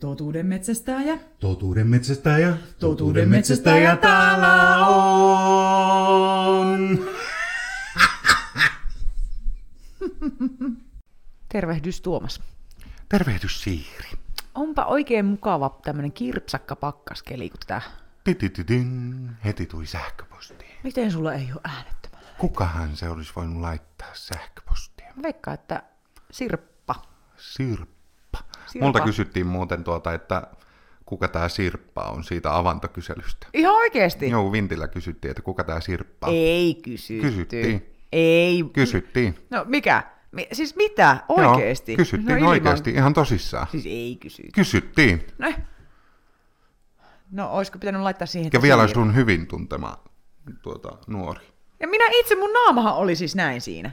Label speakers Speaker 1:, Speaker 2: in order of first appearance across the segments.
Speaker 1: Totuuden metsästäjä.
Speaker 2: Totuuden metsästäjä,
Speaker 1: Totuuden metsästäjä täällä
Speaker 2: on.
Speaker 3: Tervehdys Tuomas.
Speaker 2: Tervehdys Siiri.
Speaker 3: Onpa oikein mukava tämmönen kirpsakka pakkaskeli, kun tätä...
Speaker 2: Pititidin, heti tuli sähköpostiin.
Speaker 3: Miten sulla ei ole äänettömällä?
Speaker 2: Kukahan se olisi voinut laittaa sähköpostia?
Speaker 3: Mä Veikkaan, että Sirppa.
Speaker 2: Sirppa.
Speaker 3: Sirpa.
Speaker 2: Multa kysyttiin muuten tuota, että kuka tämä Sirppa on siitä avantokyselystä.
Speaker 3: Ihan oikeesti?
Speaker 2: Joo, Vintillä kysyttiin, että kuka tämä Sirppa on.
Speaker 3: Ei kysytty.
Speaker 2: Kysyttiin.
Speaker 3: Ei.
Speaker 2: Kysyttiin.
Speaker 3: no mikä? Mi- siis mitä? Oikeesti?
Speaker 2: Joo, kysyttiin
Speaker 3: no,
Speaker 2: no,
Speaker 3: ilman-
Speaker 2: oikeasti, ihan tosissaan.
Speaker 3: Siis ei kysytty.
Speaker 2: Kysyttiin.
Speaker 3: No, no olisiko pitänyt laittaa siihen,
Speaker 2: Ja
Speaker 3: että
Speaker 2: vielä
Speaker 3: Siiri-
Speaker 2: sun hyvin tuntema tuota, nuori.
Speaker 3: Ja minä itse, mun naamahan oli siis näin siinä.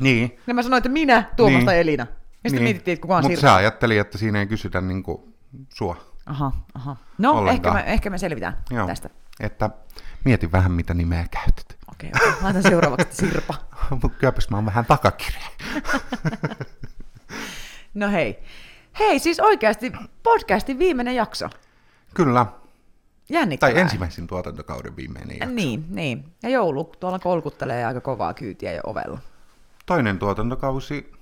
Speaker 2: Niin.
Speaker 3: Ja mä sanoin, että minä, Tuomas
Speaker 2: Niin.
Speaker 3: tai Elina. Ja sitten mietittiin, että kuka on
Speaker 2: Mutta
Speaker 3: Sirppa.
Speaker 2: sä ajattelin, että siinä ei kysytä niinku sua.
Speaker 3: Aha, aha. No,
Speaker 2: Ollenkaan.
Speaker 3: ehkä mä, ehkä mä selvitän
Speaker 2: Joo.
Speaker 3: tästä.
Speaker 2: Että mieti vähän, mitä nimeä käytät.
Speaker 3: Okei, okay, laitan seuraavaksi Sirpa.
Speaker 2: Mut Kylläpäs mä oon vähän takakirja.
Speaker 3: No hei. Hei, siis oikeasti podcastin viimeinen jakso.
Speaker 2: Kyllä.
Speaker 3: Jännittävää.
Speaker 2: Tai ensimmäisen tuotantokauden viimeinen. Ja
Speaker 3: Niin, niin. Ja joulu tuolla kolkuttelee aika kovaa kyytiä jo ovella.
Speaker 2: toinen tuotantokausi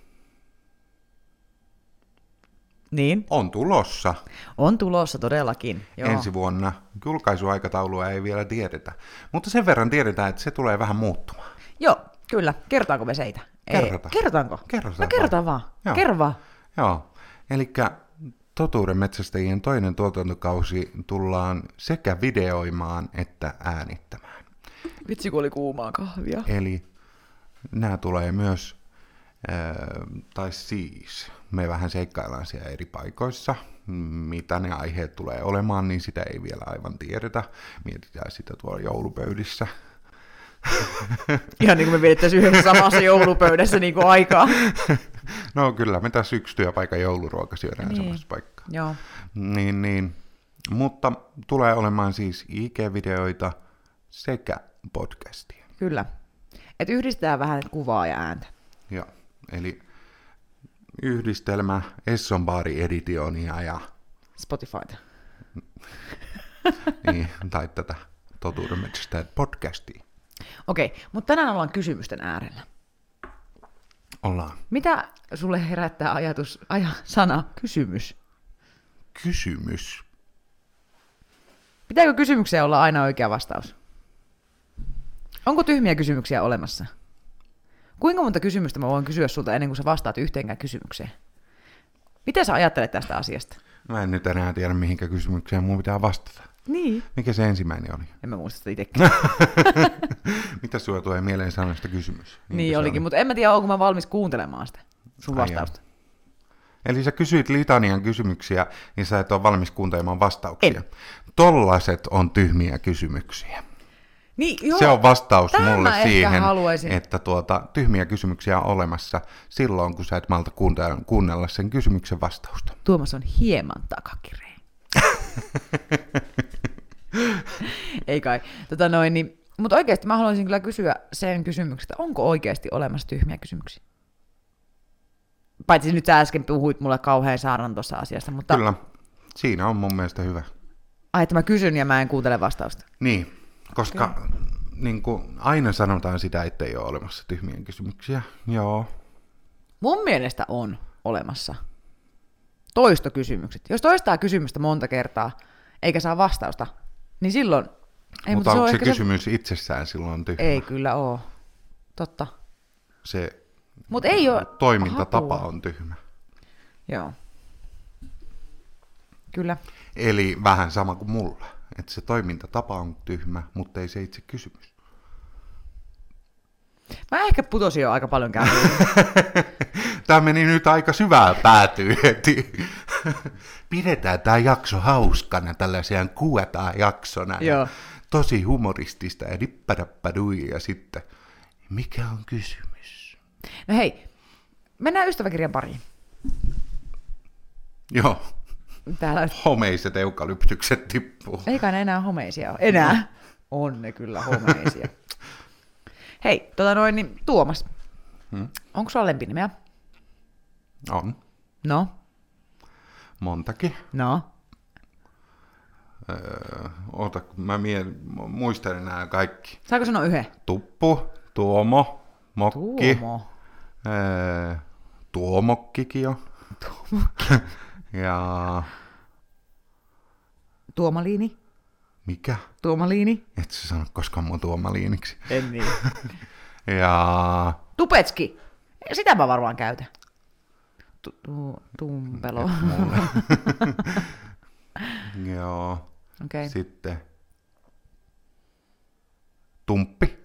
Speaker 3: Niin,
Speaker 2: on tulossa
Speaker 3: on tulossa todellakin. Joo.
Speaker 2: Joo. ensi vuonna. Julkaisuaikataulua ei vielä tiedetä. Mutta sen verran tiedetään, että se tulee vähän muuttumaan.
Speaker 3: Joo, kyllä. Kertaanko me seitä?
Speaker 2: Kerrotaan.
Speaker 3: Ei. Kertaanko?
Speaker 2: Kerrotaan
Speaker 3: No kertaan vaan.
Speaker 2: Joo.
Speaker 3: Kerro vaan.
Speaker 2: Joo. Eli Totuuden metsästäjien toinen tuotantokausi tullaan sekä videoimaan että äänittämään.
Speaker 3: Vitsi, kun oli kuumaa kahvia.
Speaker 2: Eli nämä tulee myös, ö, tai siis, me vähän seikkaillaan siellä eri paikoissa, mitä ne aiheet tulee olemaan, niin sitä ei vielä aivan tiedetä. Mietitään sitä tuolla joulupöydissä.
Speaker 3: Ihan niin kuin me viettäisiin yhdessä samassa joulupöydässä niin kuin aikaa.
Speaker 2: No kyllä, me tässä yksi työpaikan jouluruoka syödään niin.
Speaker 3: Niin.
Speaker 2: samassa paikkaa.
Speaker 3: Joo.
Speaker 2: Niin, niin. Mutta tulee olemaan siis IG-videoita sekä podcastia.
Speaker 3: Kyllä. Et yhdistää vähän kuvaa ja ääntä.
Speaker 2: Joo, eli yhdistelmä Esson Baari Editionia ja
Speaker 3: Spotifyta.
Speaker 2: niin, tai tätä Totuuden metsästäjät podcastia.
Speaker 3: Okei, mutta tänään ollaan kysymysten äärellä.
Speaker 2: Ollaan.
Speaker 3: Mitä sulle herättää ajatus, aja, sana, kysymys?
Speaker 2: Kysymys.
Speaker 3: Pitääkö kysymykseen olla aina oikea vastaus? Onko tyhmiä kysymyksiä olemassa? Kuinka monta kysymystä mä voin kysyä sulta ennen kuin sä vastaat yhteenkään kysymykseen? Mitä sä ajattelet tästä asiasta?
Speaker 2: Mä en nyt enää tiedä, mihinkä kysymykseen mun pitää vastata.
Speaker 3: Niin.
Speaker 2: Mikä se ensimmäinen oli?
Speaker 3: En mä muista sitä itsekin.
Speaker 2: Mitä sulla tulee mieleen sanasta kysymys?
Speaker 3: niin olikin, mutta en mä tiedä, onko mä valmis kuuntelemaan sitä sun
Speaker 2: Ai jaa.
Speaker 3: vastausta.
Speaker 2: Eli sä kysyit litanian kysymyksiä, niin sä et ole valmis kuuntelemaan vastauksia.
Speaker 3: En.
Speaker 2: Tollaset on tyhmiä kysymyksiä.
Speaker 3: Niin, joo.
Speaker 2: Se on vastaus
Speaker 3: Tämän
Speaker 2: mulle
Speaker 3: mä ehkä
Speaker 2: siihen,
Speaker 3: haluaisin.
Speaker 2: että tuota, tyhmiä kysymyksiä on olemassa silloin, kun sä et malta kuunte- kuunnella sen kysymyksen vastausta.
Speaker 3: Tuomas on hieman takakireen. Ei kai. Tota noin, niin, mutta oikeasti mä haluaisin kyllä kysyä sen kysymyksen, että onko oikeasti olemassa tyhmiä kysymyksiä? Paitsi nyt sä äsken puhuit mulle kauhean saaran tuossa asiasta, mutta
Speaker 2: Kyllä, siinä on mun mielestä hyvä.
Speaker 3: ai, että mä kysyn ja mä en kuuntele vastausta.
Speaker 2: Niin, koska niin kuin aina sanotaan sitä, että ei ole olemassa tyhmiä kysymyksiä. Joo.
Speaker 3: Mun mielestä on olemassa toistokysymykset. Jos toistaa kysymystä monta kertaa eikä saa vastausta, niin silloin...
Speaker 2: Ei,
Speaker 3: mutta
Speaker 2: mutta
Speaker 3: se on
Speaker 2: onko se
Speaker 3: ehkä se-
Speaker 2: kysymys itsessään silloin tyhmä?
Speaker 3: Ei kyllä oo. Totta.
Speaker 2: Se
Speaker 3: Mutta ei ole...
Speaker 2: toimintatapa on tyhmä.
Speaker 3: Joo. Kyllä.
Speaker 2: Eli vähän sama kuin mulla. Että se toimintatapa on tyhmä, mutta ei se itse kysymys.
Speaker 3: Mä ehkä putosin jo aika paljon käyntiin.
Speaker 2: Tämä meni nyt aika syvään päätyyn heti. Pidetään tämä jakso hauskana, tällaiseen Q&A-jaksona. ja
Speaker 3: Joo.
Speaker 2: Tosi humoristista ja dippadappadui ja sitten, mikä on kysymys?
Speaker 3: No hei, mennään ystäväkirjan pariin.
Speaker 2: Joo,
Speaker 3: Täällä
Speaker 2: homeiset eukalyptykset tippuu.
Speaker 3: ei kai ne enää homeisia ole.
Speaker 2: No.
Speaker 3: Enää. On ne kyllä homeisia. hei, tota noin, niin Tuomas. Hmm? Onko sulla lempinimeä?
Speaker 2: On.
Speaker 3: No,
Speaker 2: Montakin.
Speaker 3: No,
Speaker 2: Öö, oota, kun mä mie- mu- muistelen nämä kaikki.
Speaker 3: saako sanoa yhden?
Speaker 2: Tuppu, Tuomo, Mokki.
Speaker 3: Tuomo.
Speaker 2: Öö, tuomokkikin jo. ja
Speaker 3: Tuomaliini.
Speaker 2: mikä?
Speaker 3: Tuomaliini.
Speaker 2: Et sä sano koskaan mua tuomaliiniksi.
Speaker 3: En niin.
Speaker 2: Ja
Speaker 3: Tupetski. Sitä mä varmaan käytän. Tu- tu- tumpelo.
Speaker 2: mulle. Joo.
Speaker 3: Okei. Okay.
Speaker 2: Sitten tumppi.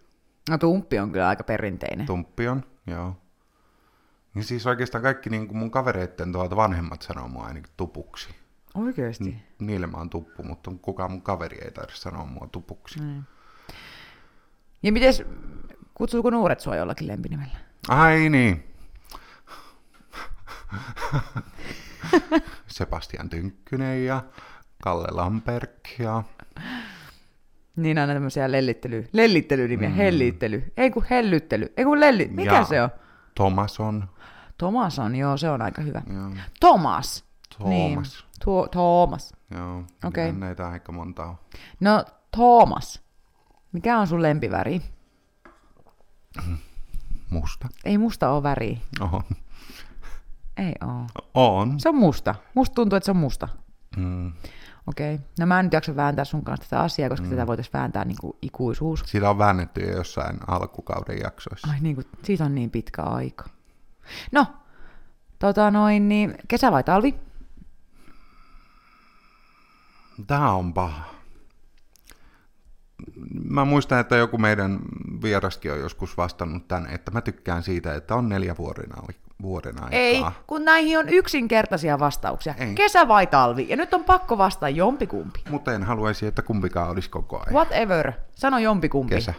Speaker 3: No tumppi on kyllä aika perinteinen.
Speaker 2: Tumppi on, joo. Niin siis oikeastaan kaikki niin mun kavereitten tuolta vanhemmat sanoo mua ainakin tupuksi.
Speaker 3: Oikeesti.
Speaker 2: Niille mä oon tuppu, mutta kukaan mun kaveri ei tarvitse sanoa mua tupuksi.
Speaker 3: Mm. Ja mites, kutsuuko nuoret sua jollakin lempinimellä?
Speaker 2: Ai niin. Sebastian Tynkkynen ja Kalle Lamperk ja
Speaker 3: Niin aina tämmöisiä lellittely, lellittelynimiä, mm. hellittely, ei kun hellyttely, ei kun lelli, mikä
Speaker 2: Ja.
Speaker 3: ja. se on?
Speaker 2: Tomason.
Speaker 3: Thomas on, joo, se on aika hyvä.
Speaker 2: Joo.
Speaker 3: Thomas.
Speaker 2: Mm. Thomas.
Speaker 3: Niin, tuo, Thomas.
Speaker 2: Joo,
Speaker 3: Okei.
Speaker 2: okay. näitä aika monta on.
Speaker 3: No, Thomas. Mikä on sun lempiväri?
Speaker 2: Musta.
Speaker 3: Ei musta ole väri.
Speaker 2: Oho.
Speaker 3: Ei oo.
Speaker 2: On.
Speaker 3: Se on musta. Musta tuntuu, että se on musta.
Speaker 2: Mm.
Speaker 3: Okei. Okay. No mä en nyt jaksa vääntää sun kanssa tätä asiaa, koska mm. tätä voitaisiin vääntää niin kuin ikuisuus.
Speaker 2: Sitä on väännetty jo jossain alkukauden jaksoissa.
Speaker 3: Ai niin kuin, siitä on niin pitkä aika. No, tota noin, niin kesä vai talvi?
Speaker 2: Tää on paha. Mä muistan, että joku meidän vieraskin on joskus vastannut tän, että mä tykkään siitä, että on neljä vuoden, ai- vuoden aikaa.
Speaker 3: Ei, kun näihin on yksinkertaisia vastauksia.
Speaker 2: Ei.
Speaker 3: Kesä vai talvi? Ja nyt on pakko vastaa jompikumpi.
Speaker 2: Mutta en haluaisi, että kumpikaan olisi koko ajan.
Speaker 3: Whatever. Sano jompikumpi.
Speaker 2: Kesä,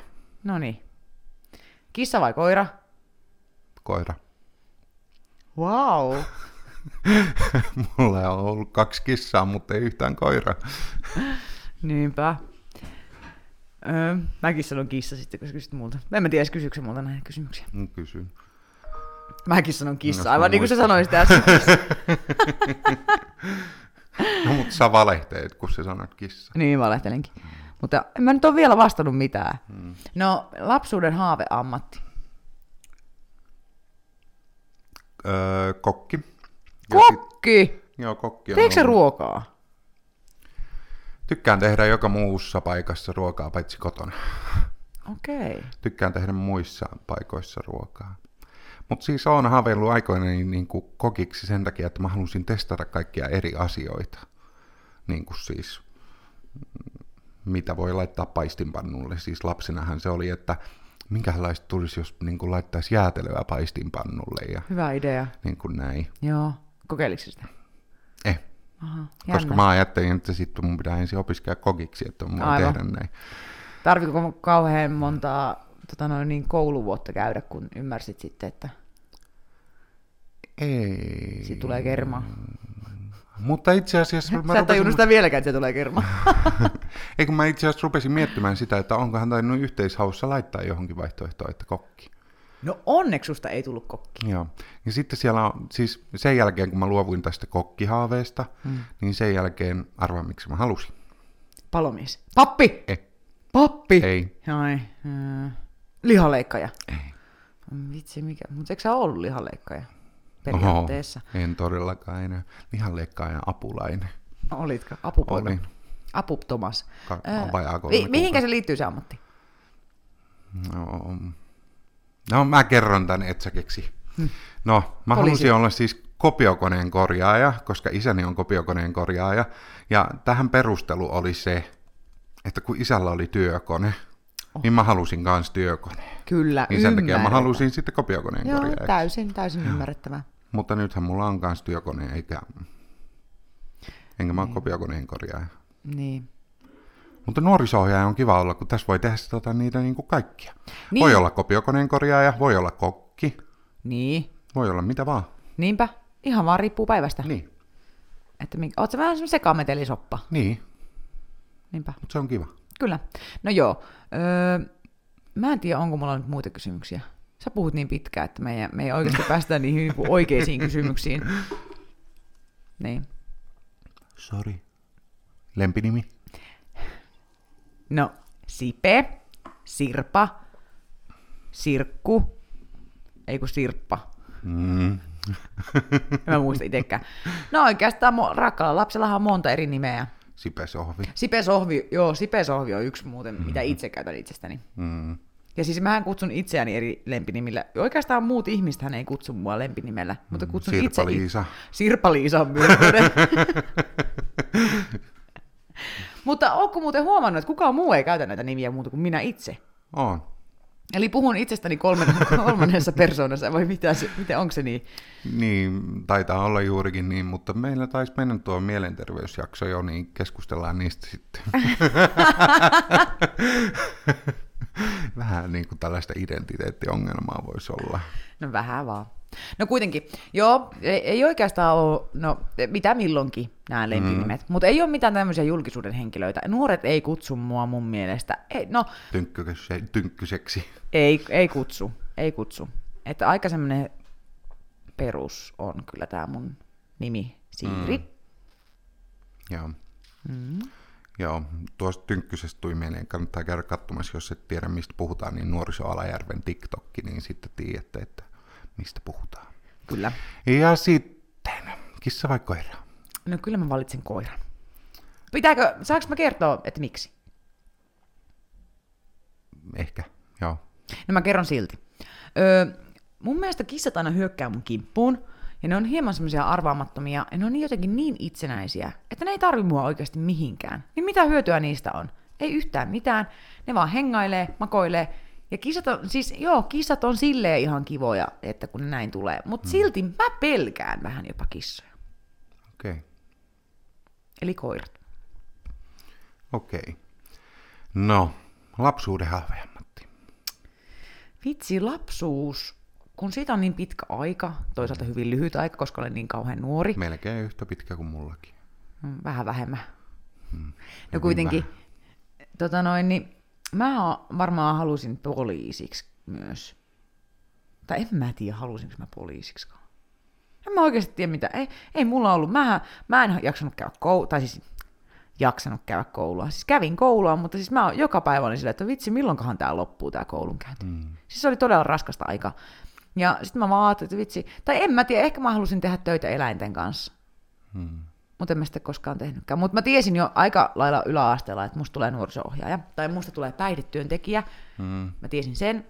Speaker 3: No niin. Kissa vai koira?
Speaker 2: koira.
Speaker 3: Wow.
Speaker 2: Mulla on ollut kaksi kissaa, mutta ei yhtään koira.
Speaker 3: Niinpä. Öö, mäkin sanon kissa sitten, koska kysyt multa. Mä en mä tiedä, edes kysyykö se multa näitä kysymyksiä.
Speaker 2: Kysyn.
Speaker 3: Mäkin sanon kissa,
Speaker 2: No,
Speaker 3: aivan niin kuin sä
Speaker 2: muistat.
Speaker 3: sanoisit äsken.
Speaker 2: No, mutta sä valehteet, kun sä sanot kissa.
Speaker 3: niin, valehtelenkin. Mutta en mä nyt ole vielä vastannut mitään.
Speaker 2: Mm.
Speaker 3: No, lapsuuden haaveammatti.
Speaker 2: Öö, kokki. Ja sit-
Speaker 3: Kokki!
Speaker 2: Joo, kokki on
Speaker 3: Teekö se
Speaker 2: ollut-
Speaker 3: ruokaa?
Speaker 2: Tykkään tehdä joka muussa paikassa ruokaa, paitsi kotona.
Speaker 3: Okei. Okay.
Speaker 2: Tykkään tehdä muissa paikoissa ruokaa. Mutta siis on haaveillut aikoinani niin kuin kokiksi sen takia, että mä halusin testata kaikkia eri asioita. Niin kuin siis, mm, mitä voi laittaa paistinpannulle. Siis lapsenahan se oli, että minkälaista tulisi, jos niin kuin laittaisi jäätelöä paistinpannulle ja
Speaker 3: Hyvä idea.
Speaker 2: niin kuin näin.
Speaker 3: Joo. Kokeiliko sitä?
Speaker 2: Eh,
Speaker 3: Aha,
Speaker 2: koska mä ajattelin, että sitten mun pitää ensin opiskella kokiksi, että mä voin
Speaker 3: Aivan.
Speaker 2: tehdä näin.
Speaker 3: Tarviko mun kauhean montaa tota noin, niin kouluvuotta käydä, kun ymmärsit sitten, että
Speaker 2: Ei.
Speaker 3: siitä tulee kerma?
Speaker 2: Mutta itse asiassa mä
Speaker 3: Sä et
Speaker 2: rupesin,
Speaker 3: tajunnut sitä vieläkään, että se tulee kerma.
Speaker 2: ei kun mä itse asiassa rupesin miettimään sitä, että onkohan tainnut yhteishaussa laittaa johonkin vaihtoehtoon, että kokki.
Speaker 3: No onneksi susta ei tullut kokki.
Speaker 2: Joo. Ja sitten siellä on, siis sen jälkeen kun mä luovuin tästä kokkihaaveesta, mm. niin sen jälkeen arvaa miksi mä halusin.
Speaker 3: Palomies. Pappi!
Speaker 2: Ei.
Speaker 3: Pappi!
Speaker 2: Ei.
Speaker 3: Ai, äh, lihaleikkaja.
Speaker 2: Ei.
Speaker 3: Mm, Vitsi mikä, mutta eikö sä ollut lihaleikkaja? Periaatteessa.
Speaker 2: Oho, en todellakaan enää. Lihanleikkaajan apulainen.
Speaker 3: Oho. No, Olitko? Apupoika.
Speaker 2: Olin.
Speaker 3: Apu Tomas.
Speaker 2: Ka- vajaa kolme
Speaker 3: mi- mihinkä se liittyy se ammatti?
Speaker 2: No, no mä kerron tän, et sä keksi. No, mä
Speaker 3: Hm. Poliisi.
Speaker 2: halusin olla siis kopiokoneen korjaaja, koska isäni on kopiokoneen korjaaja. Ja tähän perustelu oli se, että kun isällä oli työkone, oh. niin mä halusin kans työkoneen.
Speaker 3: Kyllä,
Speaker 2: Niin sen takia mä
Speaker 3: ymmärretään.
Speaker 2: halusin sitten kopiokoneen
Speaker 3: Joo,
Speaker 2: korjaajaksi.
Speaker 3: täysin, täysin ymmärrettävää.
Speaker 2: Mutta nythän mulla on kans työkone, eikä... Enkä mä ole kopiokoneen korjaaja.
Speaker 3: Niin.
Speaker 2: Mutta nuoriso on kiva olla, kun tässä voi tehdä tota, niitä niin kuin kaikkia. Niin.
Speaker 3: Niin.
Speaker 2: Voi olla kopiokoneen korjaaja, voi olla kokki,
Speaker 3: Niin.
Speaker 2: voi olla mitä vaan.
Speaker 3: Niinpä. Ihan vaan riippuu päivästä. Niin.
Speaker 2: Niin,
Speaker 3: Että minkä, oot sä vähän semmoinen sekametelisoppa.
Speaker 2: niin
Speaker 3: Niinpä.
Speaker 2: mutta se on kiva.
Speaker 3: Kyllä. No joo. Öö, mä en tiedä, onko mulla nyt muita kysymyksiä. Sä puhut niin pitkään, että me ei, me ei oikeasti päästä niihin niinku oikeisiin kysymyksiin. Niin.
Speaker 2: Sori. Lempinimi?
Speaker 3: No, Sipe, Sirpa, Sirkku, ei kun Sirppa.
Speaker 2: Mm.
Speaker 3: En mä muista itsekään. No oikeastaan mo- rakkaalla lapsellahan on monta eri nimeä.
Speaker 2: Sipesohvi.
Speaker 3: Sipesohvi, joo, Sipesohvi on yksi muuten, mitä itse käytän itsestäni.
Speaker 2: Mm.
Speaker 3: Ja siis mähän kutsun itseäni eri lempinimillä. Oikeastaan muut ihmiset hän ei kutsu mua lempinimellä, mutta kutsun itse...
Speaker 2: Sirpa-Liisa.
Speaker 3: Sirpa-Liisa on myös. toden. mutta ootko muuten huomannut, että kukaan muu ei käytä näitä nimiä muuta kuin minä itse?
Speaker 2: On.
Speaker 3: Eli puhun itsestäni kolmen, kolmannessa persoonassa, vai mitä se, mitä, onko se niin?
Speaker 2: Niin, taitaa olla juurikin niin, mutta meillä taisi mennä tuo mielenterveysjakso jo, niin keskustellaan niistä sitten. Vähän niin kuin tällaista identiteettiongelmaa voisi olla.
Speaker 3: No vähän vaan. No kuitenkin, joo, ei, ei oikeastaan ole, no mitä milloinkin nämä lempinimet, mm. mutta ei ole mitään tämmöisiä julkisuuden henkilöitä. Nuoret ei kutsu mua mun mielestä. Ei, no,
Speaker 2: Tynkkyse, tynkkyseksi.
Speaker 3: ei, ei kutsu, ei kutsu. Että aika semmoinen perus on kyllä tämä mun nimi, Siiri. Mm.
Speaker 2: Joo. Mm. Joo, tuosta tynkkysestä tuli mieleen, kannattaa käydä katsomassa, jos et tiedä mistä puhutaan, niin nuorisoalajärven TikTokki, niin sitten tiedätte, että mistä puhutaan.
Speaker 3: Kyllä.
Speaker 2: Ja sitten, kissa vai koira?
Speaker 3: No kyllä mä valitsen koiran. Pitääkö, saanko mä kertoa, että miksi?
Speaker 2: Ehkä, joo.
Speaker 3: No mä kerron silti. Öö, mun mielestä kissat aina hyökkää mun kimppuun, ja ne on hieman semmoisia arvaamattomia, ja ne on niin jotenkin niin itsenäisiä, että ne ei tarvi mua oikeasti mihinkään. Niin mitä hyötyä niistä on? Ei yhtään mitään, ne vaan hengailee, makoilee, ja kissat on, siis joo, kissat on silleen ihan kivoja, että kun ne näin tulee, mutta silti mä pelkään vähän jopa kissoja,
Speaker 2: Okei, okay.
Speaker 3: eli koirat.
Speaker 2: okei. Okay. No, lapsuuden haave, Matti.
Speaker 3: Vitsi, lapsuus, kun siitä on niin pitkä aika, toisaalta hyvin lyhyt aika, koska olen niin kauhean nuori,
Speaker 2: Melkein yhtä pitkä kuin mullakin.
Speaker 3: Mm, Vähän vähemmän. No kuitenkin, tota noin, niin mä o- varmaan halusin poliisiksi myös. Tai en mä tiedä, halusinko mä poliisiksikaan. En mä oikeasti tiedä mitä. Ei, ei mulla ollut. Mä, mä en jaksanut käydä koulua, tai siis jaksanut käydä koulua. Siis kävin koulua, mutta siis mä joka päivä olin sillä, että vitsi, milloinkohan tämä loppuu, tämä koulunkäynti. Mm. Siis se oli todella raskasta aikaa. Ja sitten mä vaan ajattelin, että vitsi, tai en mä tiedä, ehkä mä halusin tehdä töitä eläinten kanssa mutta en mä sitä koskaan tehnytkään. Mutta mä tiesin jo aika lailla yläasteella, että musta tulee nuoriso-ohjaaja, tai musta tulee päihdetyöntekijä.
Speaker 2: Mm.
Speaker 3: Mä tiesin sen.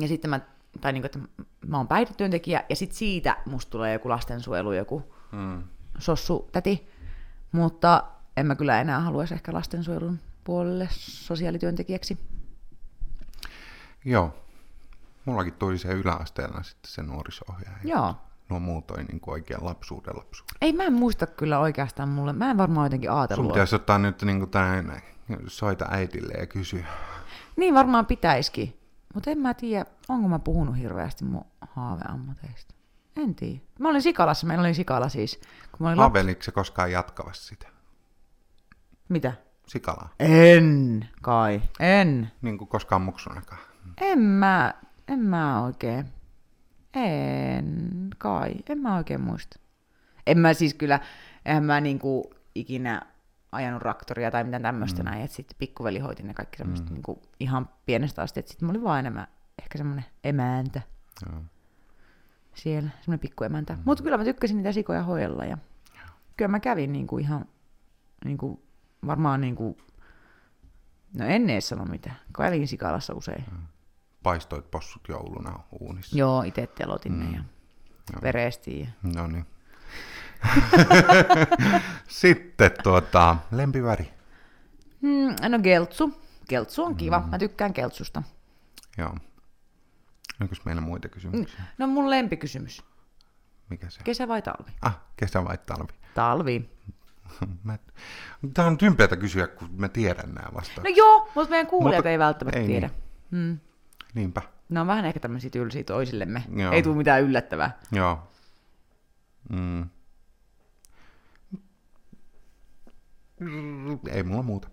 Speaker 3: Ja sitten mä, tai niin kuin, että mä oon päihdetyöntekijä, ja sitten siitä musta tulee joku lastensuojelu, joku
Speaker 2: Mm.
Speaker 3: sossu, täti. Mutta en mä kyllä enää haluaisi ehkä lastensuojelun puolelle sosiaalityöntekijäksi.
Speaker 2: Joo. Mullakin tuli se yläasteella sitten se nuorisohjaaja.
Speaker 3: Joo.
Speaker 2: No muutoin niin kuin oikein lapsuuden lapsuuden.
Speaker 3: Ei mä en muista kyllä oikeastaan mulle. Mä en varmaan jotenkin
Speaker 2: Sun
Speaker 3: ajatellut.
Speaker 2: pitäisi ottaa nyt niin kuin tämän, soita äitille ja kysyä.
Speaker 3: Niin varmaan pitäisikin. Mutta en mä tiedä, onko mä puhunut hirveästi mun haaveammateista. En tiedä. Mä olin Sikalassa, meillä oli Sikala siis. Kun mä olin lap-
Speaker 2: Aveliko se koskaan jatkavassa sitä?
Speaker 3: Mitä?
Speaker 2: Sikalaa.
Speaker 3: En kai. En.
Speaker 2: Niin kuin koskaan muksunakaan.
Speaker 3: En mä, en mä oikein. En kai. En mä oikein muista. En mä siis kyllä, en mä niinku ikinä ajanut raktoria tai mitään tämmöistä mm. näin. Että sitten pikkuveli hoiti ne kaikki semmoista mm. niinku ihan pienestä asti. Että sitten mä olin vaan enemmän ehkä semmoinen emäntä.
Speaker 2: Joo.
Speaker 3: siellä, semmoinen pikkuemäntä. Mm. Mutta kyllä mä tykkäsin niitä sikoja hoidella ja kyllä mä kävin niinku ihan, niinku, varmaan niinku, no en edes sano mitään, kävin sikalassa usein. Mm.
Speaker 2: Paistoit possut jouluna uunissa.
Speaker 3: Joo, itse telotin mm. ne ja verestiin. Ja...
Speaker 2: No niin. sitten tuota, lempiväri.
Speaker 3: Mm, no geltsu, geltsu on kiva, mm. mä tykkään geltsusta.
Speaker 2: Joo. Onko meillä muita kysymyksiä?
Speaker 3: No mun lempikysymys,
Speaker 2: Mikä se?
Speaker 3: kesä vai talvi?
Speaker 2: Ah, kesä vai talvi?
Speaker 3: Talvi.
Speaker 2: Mä... Tämä on tympeätä kysyä, kun mä tiedän nämä vastaukset.
Speaker 3: No joo, mutta meidän kuulijat
Speaker 2: Mutta-
Speaker 3: ei välttämättä
Speaker 2: ei
Speaker 3: ei tiedä.
Speaker 2: niin.
Speaker 3: Niin. Mm.
Speaker 2: Niinpä.
Speaker 3: Ne on vähän ehkä tämmöisiä tylsiä toisillemme.
Speaker 2: Joo.
Speaker 3: Joo. Ei tule mitään yllättävää.
Speaker 2: Joo. Mm. Mm, Ei mulla muuta.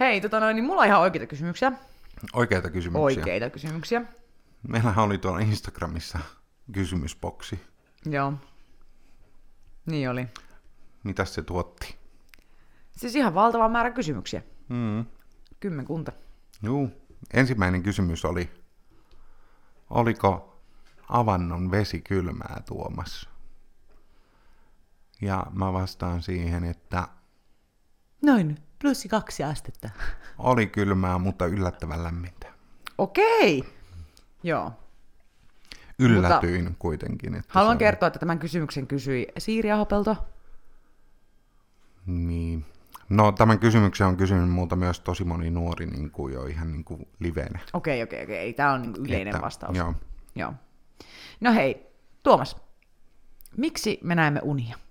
Speaker 3: Hei, tota noin, niin mulla on ihan oikeita kysymyksiä.
Speaker 2: Oikeita kysymyksiä.
Speaker 3: oikeita kysymyksiä.
Speaker 2: Meillähän oli tuolla Instagramissa kysymysboksi.
Speaker 3: Joo. Niin oli.
Speaker 2: Mitä se tuotti?
Speaker 3: Siis ihan valtava määrä kysymyksiä.
Speaker 2: Mm.
Speaker 3: Kymmenkunta.
Speaker 2: Juu. Ensimmäinen kysymys oli, oliko avannon vesi kylmää Tuomas? Ja mä vastaan siihen, että
Speaker 3: Noin. Plussi kaksi astetta.
Speaker 2: oli kylmää, mutta yllättävän lämmintä.
Speaker 3: Okei. Joo.
Speaker 2: Yllätyin mutta kuitenkin. Että
Speaker 3: Haluan
Speaker 2: se oli-
Speaker 3: kertoa, että tämän kysymyksen kysyi Siiri Ahopelto.
Speaker 2: Niin. No tämän kysymyksen on kysynyt multa myös tosi moni nuori niin kuin jo ihan niin kuin livenä.
Speaker 3: Okei, okei, okei. Ei, Tämä on niinku yleinen
Speaker 2: Että-
Speaker 3: vastaus.
Speaker 2: Joo.
Speaker 3: Joo. No hei, Tuomas. Miksi me näemme unia?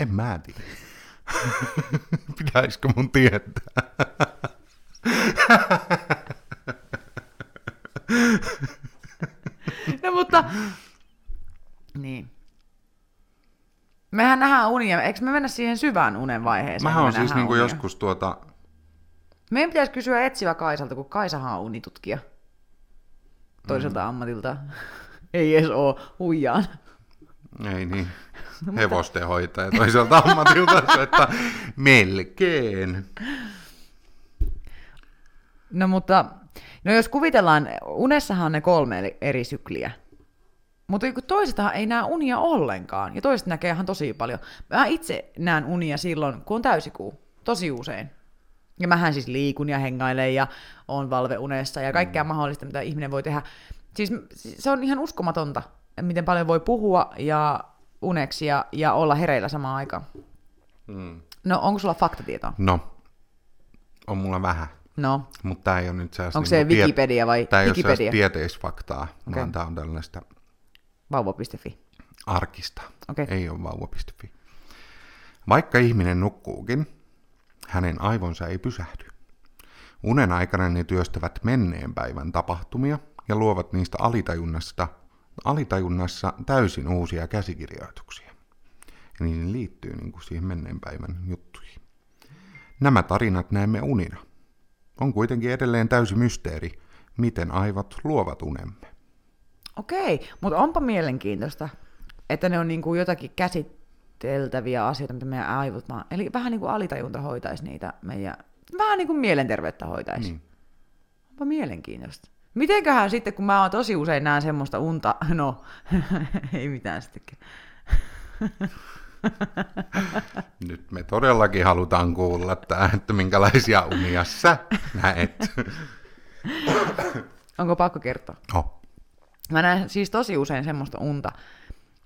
Speaker 2: En mä tiedä. Pitäisikö mun tietää?
Speaker 3: No mutta... Niin. Mehän nähdään unia. Eikö me mennä siihen syvään unen vaiheeseen?
Speaker 2: Mähän
Speaker 3: kun me
Speaker 2: on siis
Speaker 3: nähdään
Speaker 2: niin kuin
Speaker 3: unia?
Speaker 2: joskus tuota...
Speaker 3: Meidän pitäisi kysyä etsivä Kaisalta, kun Kaisahan on unitutkija. Toiselta mm. ammatilta. Ei edes oo huijaan.
Speaker 2: Ei niin.
Speaker 3: No,
Speaker 2: Hevostenhoitaja toiselta ammatilta, että melkein.
Speaker 3: No mutta, no jos kuvitellaan, unessahan on ne kolme eli- eri sykliä. Mutta kun toisethan ei näe unia ollenkaan, ja toiset näkee ihan tosi paljon. Mä itse näen unia silloin, kun on täysikuu, tosi usein. Ja mähän siis liikun ja hengailen ja on valveunessa ja kaikkea mm. mahdollista, mitä ihminen voi tehdä. Siis m- se on ihan uskomatonta, miten paljon voi puhua ja uneksia ja olla hereillä samaan aikaan.
Speaker 2: Mm.
Speaker 3: No onko sulla faktatietoa?
Speaker 2: No, on mulla vähän.
Speaker 3: No,
Speaker 2: Mutta tämä ei ole nyt sellaista...
Speaker 3: onko se
Speaker 2: niinku tiet-
Speaker 3: Wikipedia vai
Speaker 2: Tämä ei ole sellaista
Speaker 3: Wikipedia?
Speaker 2: tieteisfaktaa, okay.
Speaker 3: Okei.
Speaker 2: vaan tämä on tällaista
Speaker 3: Vauva.fi.
Speaker 2: arkista.
Speaker 3: Okei.
Speaker 2: Ei ole vauva.fi. Vaikka ihminen nukkuukin, hänen aivonsa ei pysähdy. Unen aikana ne työstävät menneen päivän tapahtumia ja luovat niistä alitajunnasta, alitajunnassa täysin uusia käsikirjoituksia. Ja niihin liittyy niin kuin siihen menneen päivän juttuihin. Nämä tarinat näemme unina. On kuitenkin edelleen täysi mysteeri, miten aivot luovat unemme.
Speaker 3: Okei, mutta onpa mielenkiintoista, että ne on niinku jotakin käsiteltäviä asioita, mitä meidän aivot vaan. Eli vähän niin kuin alitajunta hoitaisi niitä meidän, vähän niin kuin mielenterveyttä hoitaisi. Niin.
Speaker 2: Niin.
Speaker 3: Onpa mielenkiintoista. Mitenköhän sitten, kun mä oon tosi usein näen semmoista unta, no ei mitään sittenkin.
Speaker 2: Nyt me todellakin halutaan kuulla, tää, että minkälaisia unia sä näet.
Speaker 3: Onko pakko kertoa?
Speaker 2: No,
Speaker 3: Mä näen siis tosi usein semmoista unta,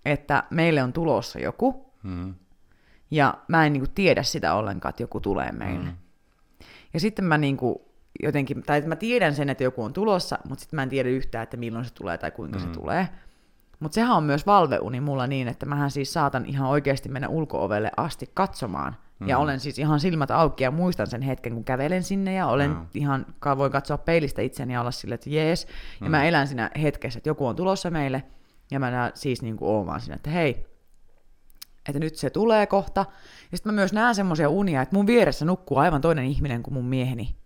Speaker 3: että meille on tulossa joku,
Speaker 2: mm,
Speaker 3: Ja mä en niinku tiedä sitä ollenkaan, että joku tulee meille. Mm. Ja sitten mä niinku jotenkin, tai että mä tiedän sen, että joku on tulossa, mutta sitten mä en tiedä yhtään, että milloin se tulee tai kuinka mm. se tulee. Mutta sehän on myös valveuni mulla niin, että mähän siis saatan ihan oikeasti mennä ulkoovelle asti katsomaan. Mm. Ja olen siis ihan silmät auki ja muistan sen hetken, kun kävelen sinne ja olen
Speaker 2: Joo.
Speaker 3: mm. ihan, ka- voin katsoa peilistä itseäni ja olla silleen, että jees. Ja mä elän siinä hetkessä, että joku on tulossa meille. Ja mä nä- siis niinku oon vaan siinä, että hei, että nyt se tulee kohta. Ja sitten mä myös näen semmoisia unia, että mun vieressä nukkuu aivan toinen ihminen kuin mun mieheni.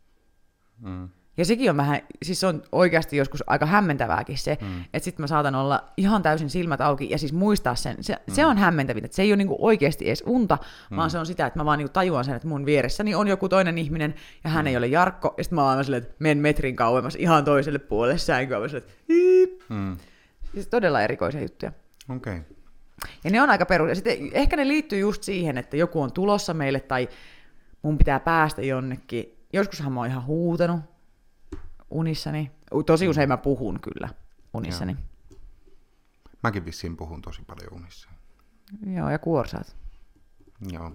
Speaker 2: mm,
Speaker 3: Ja sekin on vähän, siis se on oikeasti joskus aika hämmentävääkin se, mm. että sitten mä saatan olla ihan täysin silmät auki ja siis muistaa sen. Se, mm. se on hämmentävintä, että se ei ole niinku oikeasti edes unta, vaan se on sitä, että mä vaan niinku tajuan sen, että mun vieressäni on joku toinen ihminen ja hän ei ole Jarkko. Ja sitten mä oon aina silleen, että men metrin kauemmas ihan toiselle puolelle sänkyä. Mä oon silleen, että "Iip."
Speaker 2: mm.
Speaker 3: siis todella erikoisia juttuja.
Speaker 2: Okei. Okay.
Speaker 3: Ja ne on aika perus. Ja sitten ehkä ne liittyy just siihen, että joku on tulossa meille tai mun pitää päästä jonnekin. Joskushan mä oon ihan huutanut unissani. U- Tosi
Speaker 2: Mm.
Speaker 3: usein mä puhun kyllä unissani.
Speaker 2: Mäkin vissiin puhun tosi paljon unissa.
Speaker 3: Joo, Joo ja kuorsaat.
Speaker 2: Joo.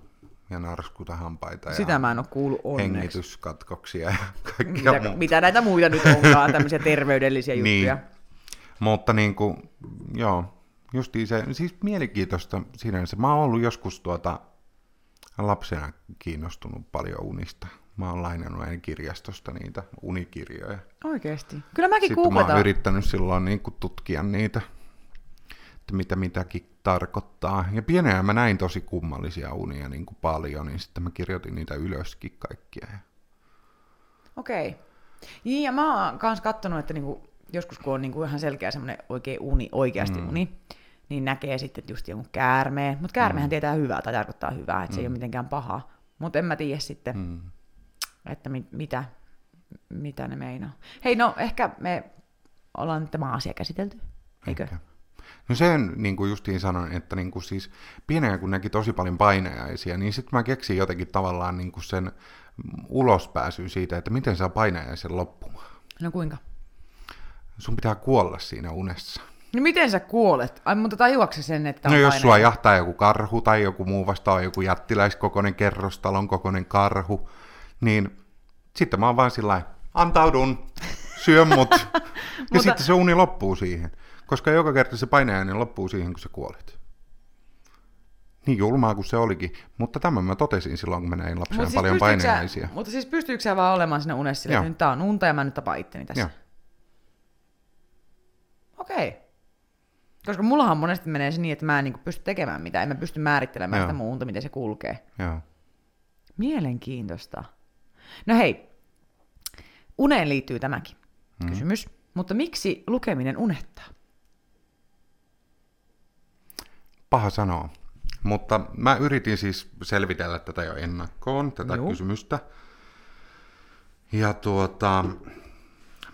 Speaker 2: Ja narskuta hampaita
Speaker 3: Sitä
Speaker 2: ja
Speaker 3: mä en oo kuullut onneksi.
Speaker 2: hengityskatkoksia ja kaikkea
Speaker 3: Mitä,
Speaker 2: muuta.
Speaker 3: mitä näitä muita nyt onkaan, tämmöisiä terveydellisiä juttuja.
Speaker 2: Niin. Mutta niin kuin, joo, justiin se, siis mielenkiintoista sinänsä. Mä oon ollut joskus tuota lapsena kiinnostunut paljon unista. Mä oon lainannut aina kirjastosta niitä unikirjoja.
Speaker 3: Oikeesti. Kyllä mäkin
Speaker 2: Sitten mä oon
Speaker 3: googletaan.
Speaker 2: yrittänyt silloin niin kuin tutkia niitä, että mitä mitäkin tarkoittaa. Ja pienenä mä näin tosi kummallisia unia niin kuin paljon, niin sitten mä kirjoitin niitä ylöskin kaikkia. Ja
Speaker 3: Okei. Niin, ja mä oon kans kattonut, että niinku, joskus kun on niinku ihan selkeä semmoinen oikea uni, oikeasti mm. uni, niin näkee sitten just jonkun käärmeen. Mutta käärmehän mm. tietää hyvää tai tarkoittaa hyvää, että mm. se ei ole mitenkään paha. Mutta en mä tiedä sitten, mm. että mit, mitä, mitä ne meinaa. Hei, no ehkä me ollaan nyt tämä asia käsitelty, eikö?
Speaker 2: Ehkä. No sen niin kuin justiin sanoin, että niin kuin siis pienenä kun näki tosi paljon painajaisia, niin sitten mä keksin jotenkin tavallaan niin kuin sen ulospääsyn siitä, että miten saa painajaisen loppumaan.
Speaker 3: No kuinka?
Speaker 2: Sun pitää kuolla siinä unessa.
Speaker 3: No miten sä kuolet? Ai, mutta tajuaksä sen, että on
Speaker 2: No jos
Speaker 3: painaja-
Speaker 2: sua jahtaa joku karhu tai joku muu vastaan, joku jättiläiskokoinen kerrostalon kokoinen karhu, niin sitten mä oon vaan sillä lailla, antaudun, syö mut. ja
Speaker 3: Mutta-
Speaker 2: sitten se uni loppuu siihen. Koska joka kerta se painajainen loppuu siihen, kun sä kuolet. Niin julmaa kuin se olikin, mutta tämän mä totesin silloin, kun mä näin lapsena
Speaker 3: Mut
Speaker 2: siis paljon
Speaker 3: pystyykö sä-
Speaker 2: painajaisia.
Speaker 3: Mutta siis pystyykö sä vaan olemaan siinä unessa sillä, että
Speaker 2: Joo.
Speaker 3: nyt tää on unta ja mä nyt tapaan itteni tässä?
Speaker 2: Joo.
Speaker 3: Okei. Okay. Koska mullahan monesti menee se niin, että mä en niinku pysty tekemään mitään, en mä pysty määrittelemään
Speaker 2: Joo.
Speaker 3: sitä mun unta, miten se kulkee.
Speaker 2: Joo.
Speaker 3: Mielenkiintoista. No hei, uneen liittyy tämäkin mm. kysymys. Mutta miksi lukeminen unettaa?
Speaker 2: Paha sanoa. Mutta mä yritin siis selvitellä tätä jo ennakkoon, tätä
Speaker 3: Juu.
Speaker 2: Juu. kysymystä. Ja tuota,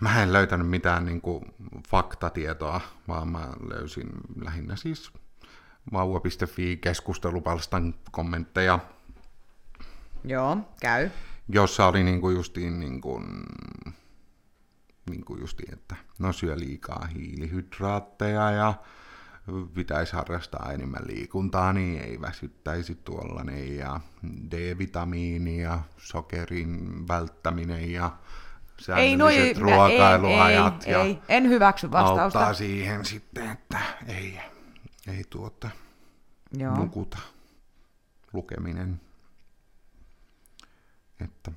Speaker 2: mä en löytänyt mitään niin kuin, faktatietoa, vaan mä löysin lähinnä siis vauva.fi-keskustelupalstan kommentteja,
Speaker 3: Joo, käy.
Speaker 2: jossa oli niin kuin justiin, niin kuin, niin kuin justiin, että no syö liikaa hiilihydraatteja ja pitäisi harrastaa enemmän liikuntaa, niin ei väsyttäisi tuollainen ja D-vitamiini ja sokerin välttäminen ja
Speaker 3: Ei noi,
Speaker 2: säännölliset
Speaker 3: mä- ei,
Speaker 2: ruokailuajat
Speaker 3: ei,
Speaker 2: ja
Speaker 3: ei, en hyväksy vastausta.
Speaker 2: auttaa siihen sitten, että ei, ei tuota
Speaker 3: Joo.
Speaker 2: nukuta. Lukeminen. Että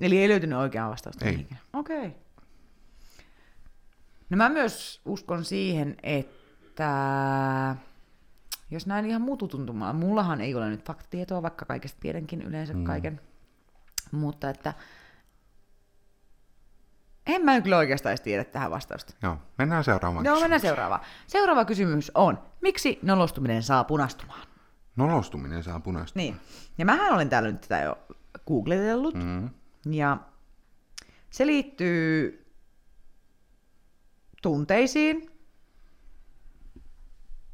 Speaker 3: Eli ei löytynyt oikeaa vastausta
Speaker 2: Ei.
Speaker 3: mihinkään. Okei. Okay. No mä myös uskon siihen, että jos näin ihan mututuntumalla, mullahan ei ole nyt faktatietoa, vaikka kaikesta tiedänkin yleensä mm. kaiken, mutta että en mä nyt kyllä oikeastaan edes tiedä tähän vastausta.
Speaker 2: Joo, mennään seuraavaan
Speaker 3: No
Speaker 2: kysymykseen.
Speaker 3: mennään seuraavaan. Seuraava kysymys on, miksi nolostuminen saa punastumaan?
Speaker 2: Nolostuminen saa punaista.
Speaker 3: Niin. Ja mähän olen täällä nyt tätä jo googletellut. Mm. Ja se liittyy tunteisiin.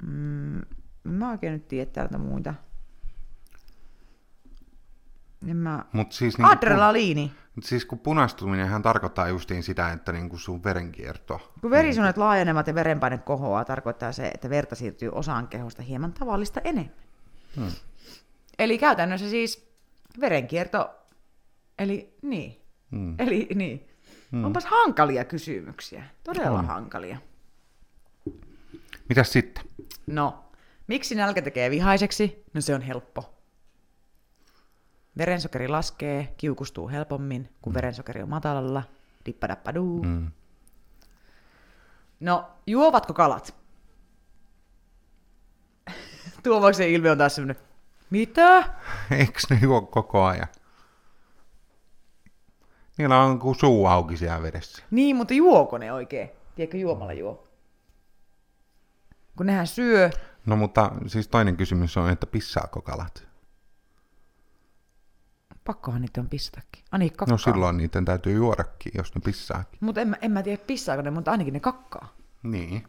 Speaker 3: Mm, en mä oikein nyt tiedä täältä muita. En mä...
Speaker 2: Mut siis, niinku,
Speaker 3: Adrenaliini.
Speaker 2: kun, siis kun punastuminenhan tarkoittaa justiin sitä, että niinku sun verenkierto.
Speaker 3: Kun verisuonet laajenevat ja verenpaine kohoaa, tarkoittaa se, että verta siirtyy osaan kehosta hieman tavallista enemmän. Hmm. Eli käytännössä siis verenkierto, eli niin. Hmm. Eli niin. Hmm. Onpas hankalia kysymyksiä, todella
Speaker 2: On.
Speaker 3: hankalia.
Speaker 2: Mitäs sitten?
Speaker 3: No, miksi nälkä tekee vihaiseksi? No se on helppo. Verensokeri laskee, kiukustuu helpommin,
Speaker 2: Mm.
Speaker 3: kun verensokeri on matalalla. Dippadappaduu. Mm. No, juovatko kalat? Tuomaksen ilme on taas semmoinen, mitä?
Speaker 2: Eiks ne juo koko ajan? Niillä on kuin suu auki siellä vedessä.
Speaker 3: Niin, mutta juoko ne oikein? Tiedätkö, juomalla juo. Kun nehän syö,
Speaker 2: No mutta siis toinen kysymys on, että pissaako kalat? No,
Speaker 3: pakkohan niitä on pistäkin. Ani kakkaa.
Speaker 2: No silloin niiden täytyy juodakin, jos ne pissaakin.
Speaker 3: Mutta en, mä- en mä tiedä pissaako ne, mutta ainakin ne kakkaa.
Speaker 2: Niin.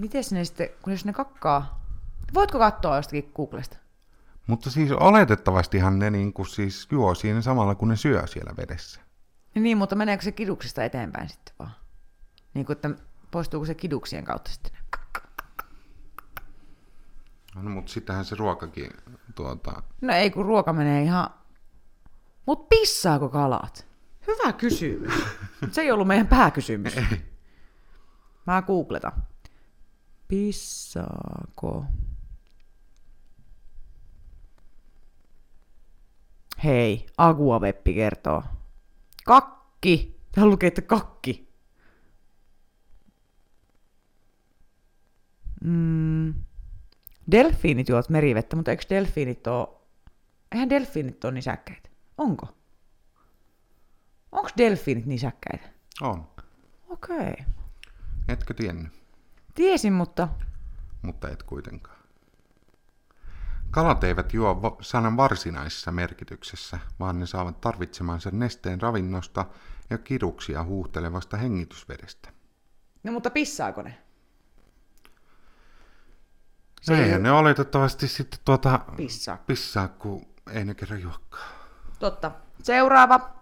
Speaker 3: Miten ne sitten, kun jos ne kakkaa? Voitko katsoa jostakin Googlesta?
Speaker 2: Mutta siis oletettavastihan ne niinku siis juo siinä samalla, kun ne syö siellä vedessä.
Speaker 3: Niin, mutta meneekö se kiduksesta eteenpäin sitten vaan? Niin kuin, että poistuuko se kiduksien kautta sitten?
Speaker 2: No mutta sittenhän se ruokakin tuota,
Speaker 3: No ei, kun ruoka menee ihan... Mut pissaako kalat? Hyvä kysymys. Mut se ei ollut meidän pääkysymys. Mä googletan. Pissaako? Hei, Aguaveppi kertoo. Kakki. Täällä lukee, että kakki. Mm. Delfiinit juovat merivettä, mutta eikö delfiinit ole... Eihän delfiinit ole nisäkkäitä. Onko? Onko delfiinit nisäkkäitä?
Speaker 2: on.
Speaker 3: Okei.
Speaker 2: Etkö tiennyt?
Speaker 3: Tiesin, mutta
Speaker 2: mutta et kuitenkaan. Kalat eivät juo va- sanan varsinaisessa merkityksessä, vaan ne saavat tarvitsemansa nesteen ravinnosta ja kiruksia huuhtelevasta hengitysvedestä.
Speaker 3: No mutta pissaako ne?
Speaker 2: Se Eihän ne oletettavasti sitten tuota
Speaker 3: Pissaa.
Speaker 2: pissaa, kun ei ne kerran juokkaa.
Speaker 3: Totta. Seuraava.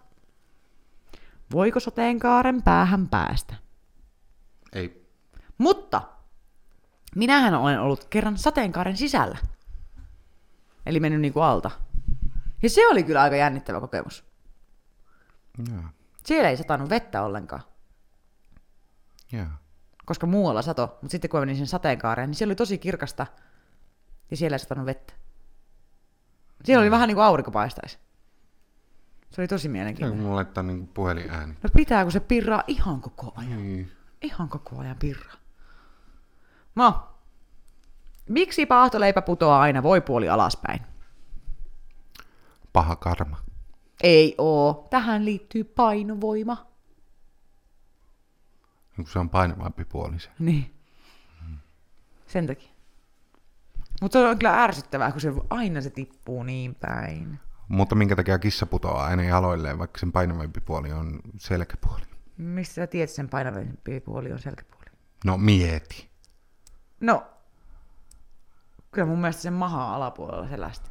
Speaker 3: Voiko sateenkaaren päähän päästä?
Speaker 2: Ei.
Speaker 3: Mutta minähän olen ollut kerran sateenkaaren sisällä. Eli mennyt niinku alta. Ja se oli kyllä aika jännittävä kokemus.
Speaker 2: Jaa.
Speaker 3: Siellä ei satanut vettä ollenkaan,
Speaker 2: Jaa.
Speaker 3: koska muualla sato. Mutta sitten kun mä menin sen sateenkaareen, niin siellä oli tosi kirkasta ja siellä ei satanut vettä. Siellä oli vähän niin kuin aurinko paistaisi. Se oli tosi
Speaker 2: Pitääkö
Speaker 3: mielenkiintoinen.
Speaker 2: mun laittaa niinku puhelin ääni?
Speaker 3: No pitää, kun se pirraa ihan koko ajan.
Speaker 2: Niin.
Speaker 3: Ihan koko ajan pirraa. No. Miksi paahtoleipä putoaa aina voi puoli alaspäin?
Speaker 2: Paha karma.
Speaker 3: Ei oo. Tähän liittyy painovoima.
Speaker 2: Kun se on painavampi puoli se.
Speaker 3: Niin. Sen takia. Mutta se on kyllä ärsyttävää, kun se aina se tippuu niin päin.
Speaker 2: Mutta minkä takia kissa putoaa aina jaloilleen, vaikka sen painavampi puoli on selkäpuoli?
Speaker 3: Mistä sä tiedät sen painavampi puoli on selkäpuoli?
Speaker 2: No mieti.
Speaker 3: No, kyllä mun mielestä sen maha alapuolella selästä.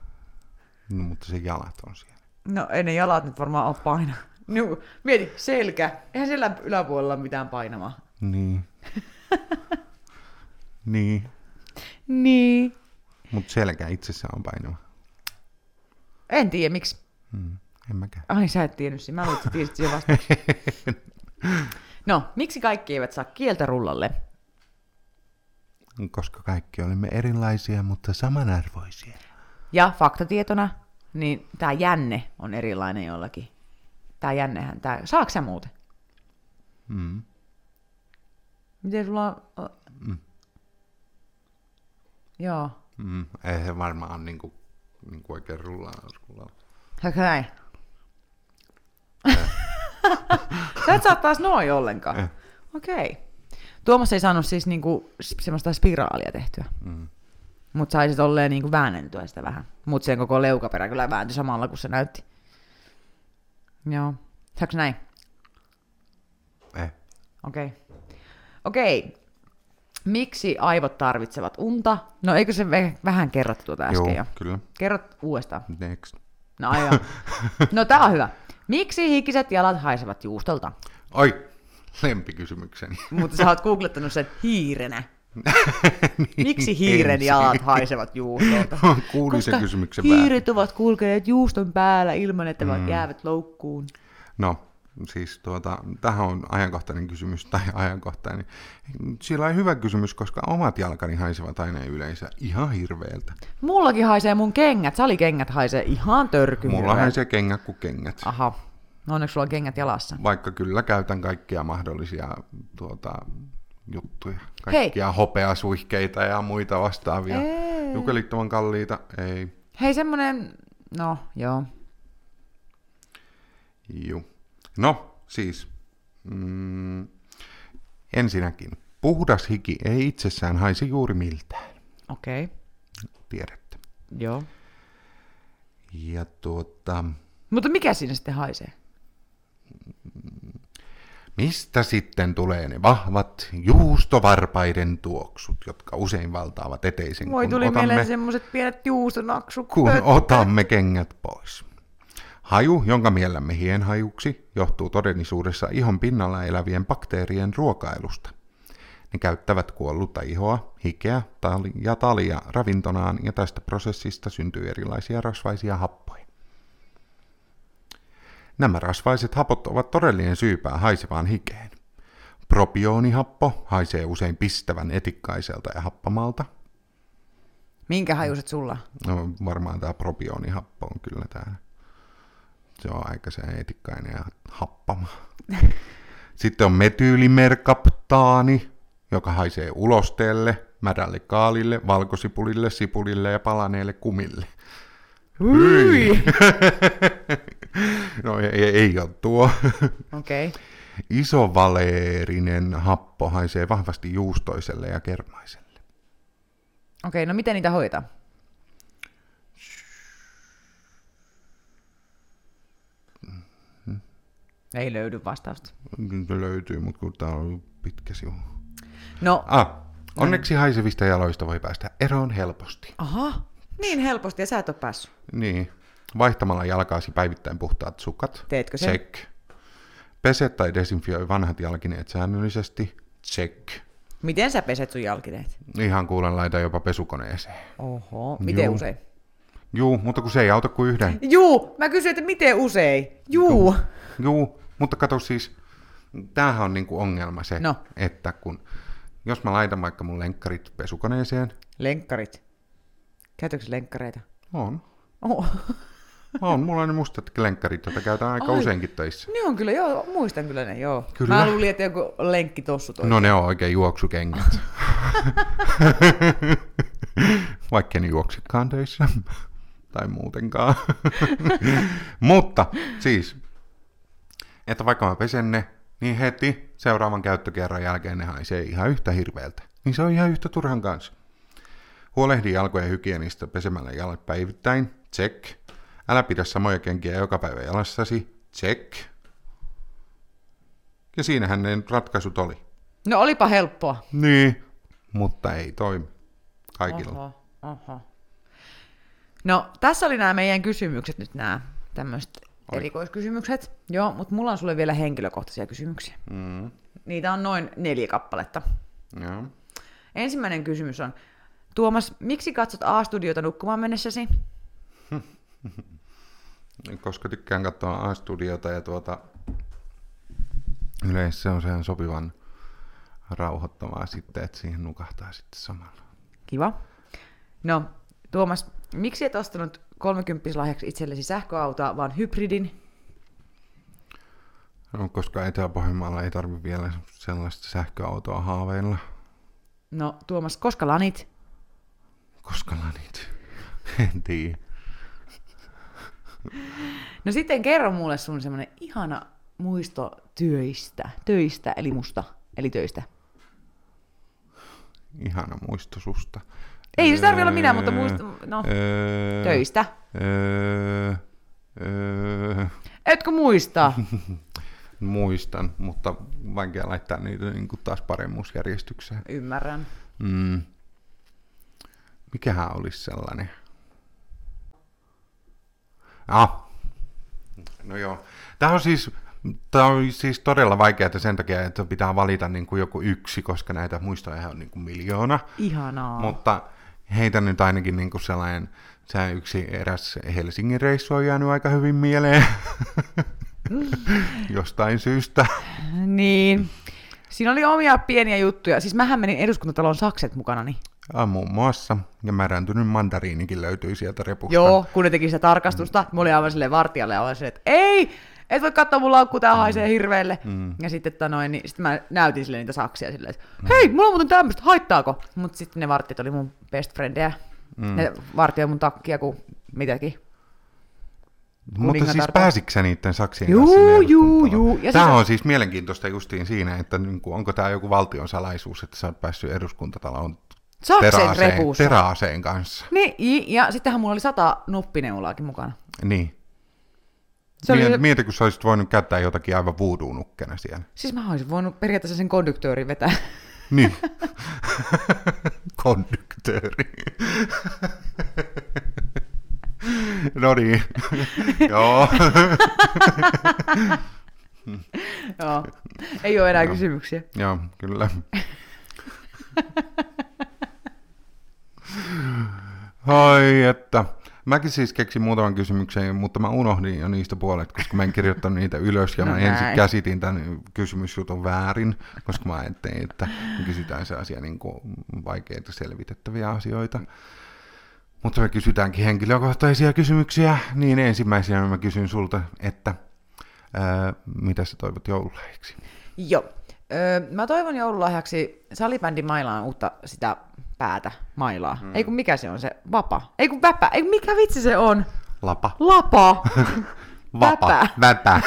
Speaker 2: No, mutta se jalat on siellä.
Speaker 3: No ei ne jalat nyt varmaan ole paina. No, mieti, selkä. Eihän siellä yläpuolella ole mitään painamaa.
Speaker 2: Niin. niin.
Speaker 3: Niin.
Speaker 2: Mutta selkä itsessään on painava.
Speaker 3: En tiedä miksi.
Speaker 2: Mm. En mäkään.
Speaker 3: Ai sä et tiennyt sitä. Mä luulen, että sä tiesit sen vasta. No, miksi kaikki eivät saa kieltä rullalle?
Speaker 2: Koska kaikki olemme erilaisia, mutta samanarvoisia.
Speaker 3: Ja faktatietona, niin tää jänne on erilainen jollakin. Tää jännehän, tää... Saaks sä muuten?
Speaker 2: Mm.
Speaker 3: Miten sulla on... Mm. Joo.
Speaker 2: Mm. Ei se varmaan ole niinku, niinku oikein rullaa. rullaa.
Speaker 3: Saaks näin? sä et saa taas noin ollenkaan.
Speaker 2: Eh.
Speaker 3: Okei. Tuomas ei saanut siis niinku s- semmoista spiraalia tehtyä.
Speaker 2: Mm.
Speaker 3: Mutta saisit olleen niinku väänneltyä sitä vähän. Mutta sen koko leukaperä kyllä vääntyi samalla, kun se näytti. Joo. Saanko näin?
Speaker 2: Eh.
Speaker 3: Okei. Okei. Miksi aivot tarvitsevat unta? No eikö se ve- vähän kerrottu tuota äsken
Speaker 2: Joo,
Speaker 3: jo?
Speaker 2: kyllä.
Speaker 3: Kerrot uudestaan.
Speaker 2: Next.
Speaker 3: No aivan. No tää on hyvä. Miksi hikiset jalat haisevat juustolta?
Speaker 2: Oi, lempikysymykseni.
Speaker 3: Mutta sä oot googlettanut sen hiirenä. Miksi hiiren
Speaker 2: ensin.
Speaker 3: jalat haisevat juustolta?
Speaker 2: Mä Kuulin sen kysymyksen väärin.
Speaker 3: hiiret ovat kulkeneet juuston päällä ilman, että mm. jäävät loukkuun.
Speaker 2: No, siis tuota, tähän on ajankohtainen kysymys, tai ajankohtainen. Sillä on hyvä kysymys, koska omat jalkani haisevat aina yleensä ihan hirveältä.
Speaker 3: Mullakin haisee mun kengät, salikengät haisee ihan törkyyn.
Speaker 2: Mulla haisee kengät kuin kengät.
Speaker 3: Aha, no onneksi sulla on kengät jalassa.
Speaker 2: Vaikka kyllä käytän kaikkia mahdollisia tuota, juttuja. Kaikkia Hei. hopeasuihkeita ja muita vastaavia.
Speaker 3: Ei.
Speaker 2: Jukelittoman kalliita, ei.
Speaker 3: Hei semmonen, no joo,
Speaker 2: Juu. No, siis. Mm, ensinnäkin, puhdas hiki ei itsessään haisi juuri miltään.
Speaker 3: okei, okay.
Speaker 2: Tiedätte.
Speaker 3: joo.
Speaker 2: Ja tuota,
Speaker 3: Mutta mikä siinä sitten haisee?
Speaker 2: mistä sitten tulee ne vahvat juustovarpaiden tuoksut, jotka usein valtaavat eteisen,
Speaker 3: Voi
Speaker 2: kun
Speaker 3: tuli
Speaker 2: otamme,
Speaker 3: mieleen semmoset pienet juustonaksut.
Speaker 2: kun otamme kengät pois? Haju, jonka miellämme hienhajuksi, johtuu todellisuudessa ihon pinnalla elävien bakteerien ruokailusta. Ne käyttävät kuollutta ihoa, hikeä tali- ja talia ravintonaan ja tästä prosessista syntyy erilaisia rasvaisia happoja. Nämä rasvaiset hapot ovat todellinen syypää haisevaan hikeen. Propioonihappo haisee usein pistävän etikkaiselta ja happamalta.
Speaker 3: Minkä hajuset sulla? on?
Speaker 2: No, varmaan tämä propioonihappo on kyllä täällä. Se on aika se etikkainen ja happama. Sitten on metyylimerkaptaani, joka haisee ulosteelle, mädälle kaalille, valkosipulille, sipulille ja palaneelle kumille.
Speaker 3: Hyi!
Speaker 2: No ei, ei ole tuo.
Speaker 3: Okei. Okay.
Speaker 2: Isovaleerinen happo haisee vahvasti juustoiselle ja kermaiselle.
Speaker 3: Okei, no miten niitä hoitaa? Mm-hmm. Ei löydy vastausta.
Speaker 2: Kyllä löytyy, mutta kun tää on pitkä sivu.
Speaker 3: No,
Speaker 2: Ah, onneksi haisevista jaloista voi päästä eroon helposti.
Speaker 3: aha, niin helposti ja sä et ole päässyt.
Speaker 2: Niin. Vaihtamalla jalkaasi päivittäin puhtaat sukat.
Speaker 3: Teetkö sen?
Speaker 2: Check. Pese tai desinfioi vanhat jalkineet säännöllisesti. Check.
Speaker 3: Miten sä peset sun jalkineet?
Speaker 2: Ihan kuulen laita jopa pesukoneeseen.
Speaker 3: Oho, miten
Speaker 2: Juu.
Speaker 3: usein?
Speaker 2: Juu, mutta kun se ei auta kuin yhden.
Speaker 3: Juu, mä kysyin, että miten usein? Juu.
Speaker 2: Juu, mutta kato siis, tämähän on niinku ongelma se,
Speaker 3: No.
Speaker 2: että kun, jos mä laitan vaikka mun lenkkarit pesukoneeseen,
Speaker 3: Lenkkarit. Käytätkö sä lenkkareita?
Speaker 2: on.
Speaker 3: Oh.
Speaker 2: On, mulla on ne mustat lenkkarit, joita käytän aika
Speaker 3: Ai.
Speaker 2: useinkin töissä.
Speaker 3: Ne on kyllä, joo, muistan kyllä ne, joo.
Speaker 2: Kyllä.
Speaker 3: Mä luulin, että joku lenkki tossu toi.
Speaker 2: No ne on oikein juoksukengät. Vaikka ne juoksikaan töissä. tai muutenkaan. Mutta siis, että vaikka mä pesen ne, niin heti seuraavan käyttökerran jälkeen ne haisee ihan yhtä hirveältä. Niin se on ihan yhtä turhan kanssa. Huolehdi jalkojen hygienistä pesemällä jalat päivittäin. Check. Älä pidä samoja kenkiä joka päivä jalassasi. Check. Ja siinähän ne ratkaisut oli.
Speaker 3: no olipa helppoa.
Speaker 2: Niin, mutta ei toimi kaikilla. Oho.
Speaker 3: oho. No, tässä oli nämä meidän kysymykset nyt nämä tämmöiset erikoiskysymykset. Joo, mutta mulla on sulle vielä henkilökohtaisia kysymyksiä. Mm. Niitä on noin neljä kappaletta.
Speaker 2: Joo.
Speaker 3: Ensimmäinen kysymys on, Tuomas, miksi katsot A-studiota nukkumaan mennessäsi?
Speaker 2: Koska tykkään katsoa A-studiota ja tuota, yleensä se on sehän sopivan rauhoittavaa sitten, että siihen nukahtaa sitten samalla.
Speaker 3: Kiva. No, Tuomas, miksi et ostanut 30 lahjaksi itsellesi sähköautoa, vaan hybridin?
Speaker 2: No, koska Etelä-Pohjanmaalla ei tarvi vielä sellaista sähköautoa haaveilla.
Speaker 3: No, Tuomas, koska lanit?
Speaker 2: Koska mä niitä en tiedä.
Speaker 3: No sitten kerro mulle sun semmonen ihana muisto työistä. Töistä, eli musta, eli töistä.
Speaker 2: Ihana muisto susta.
Speaker 3: Ei se tarvi olla minä, mutta muist- no,
Speaker 2: öö,
Speaker 3: Töistä.
Speaker 2: Öö, öö,
Speaker 3: Etkö muista?
Speaker 2: muistan, mutta vaikea laittaa niitä niin kuin taas paremmuusjärjestykseen.
Speaker 3: Ymmärrän.
Speaker 2: Mm. Mikähän olisi sellainen? Ah. No joo. Tämä on siis, tämä on siis todella vaikeaa sen takia, että pitää valita niin kuin joku yksi, koska näitä muistoja on niin kuin miljoona.
Speaker 3: Ihanaa. Mut.
Speaker 2: Mutta heitä nyt ainakin niin kuin sellainen, se yksi eräs Helsingin reissu on jäänyt aika hyvin mieleen. Jostain syystä.
Speaker 3: Niin. Siinä oli omia pieniä juttuja. Siis mähän menin eduskuntatalon sakset mukanani.
Speaker 2: Ah, muun muassa. Ja märäntynyt mandariinikin löytyy sieltä repusta.
Speaker 3: Joo, kun ne teki sitä tarkastusta, mä olin aivan silleen vartijalle ja olin silleen, että ei, et voi katsoa mun laukku, tää haisee hirveelle. Mm. Ja sitten että noin, niin sit mä näytin sille niitä saksia silleen, että hei, mulla on muuten tämmöistä, haittaako? Mut sitten ne vartijat oli mun best friendejä. Mm. Ne vartioi mun takkia, kun mitäkin.
Speaker 2: Mutta siis
Speaker 3: kuningatarta.
Speaker 2: pääsitkö sä niiden saksien
Speaker 3: Juu,
Speaker 2: kanssa sinne
Speaker 3: juu,
Speaker 2: eduskuntaan?
Speaker 3: juu. Ja
Speaker 2: Tämä
Speaker 3: siis-
Speaker 2: on siis mielenkiintoista justiin siinä, että niinku, onko tämä joku valtion salaisuus, että sä oot päässyt eduskuntataloon
Speaker 3: Sakset
Speaker 2: teräaseen,
Speaker 3: repuussa.
Speaker 2: teräaseen kanssa.
Speaker 3: Niin, i- ja sittenhän mulla oli sata nuppineulaakin mukana.
Speaker 2: Niin.
Speaker 3: Se oli,
Speaker 2: Mie- Mieti, kun sä olisit voinut käyttää jotakin aivan voodoo-nukkena siellä.
Speaker 3: siis mä olisin voinut periaatteessa sen konduktöörin vetää.
Speaker 2: Niin. Konduktööri. no niin. Joo.
Speaker 3: Joo. Ei ole enää
Speaker 2: Joo.
Speaker 3: kysymyksiä.
Speaker 2: Joo, kyllä. Ai että. Mäkin siis keksin muutaman kysymyksen, mutta mä unohdin jo niistä puolet, koska mä en kirjoittanut niitä ylös ja
Speaker 3: No
Speaker 2: mä ensin
Speaker 3: näin.
Speaker 2: käsitin tämän kysymysjutun väärin, koska mä ajattelin, että me kysytään sellaisia niin kuin vaikeita selvitettäviä asioita. Mutta me kysytäänkin henkilökohtaisia kysymyksiä, niin ensimmäisenä mä kysyn sulta, että ää, mitä sä toivot joululahjaksi?
Speaker 3: Joo. Öö, mä toivon joululahjaksi salibändin mailaan uutta sitä päätä, mailaa. Mm. Ei kun mikä se on se, vapa. Ei kun väpä, ei kun mikä vitsi se on?
Speaker 2: Lapa.
Speaker 3: Lapa. Väpä.
Speaker 2: Väpä.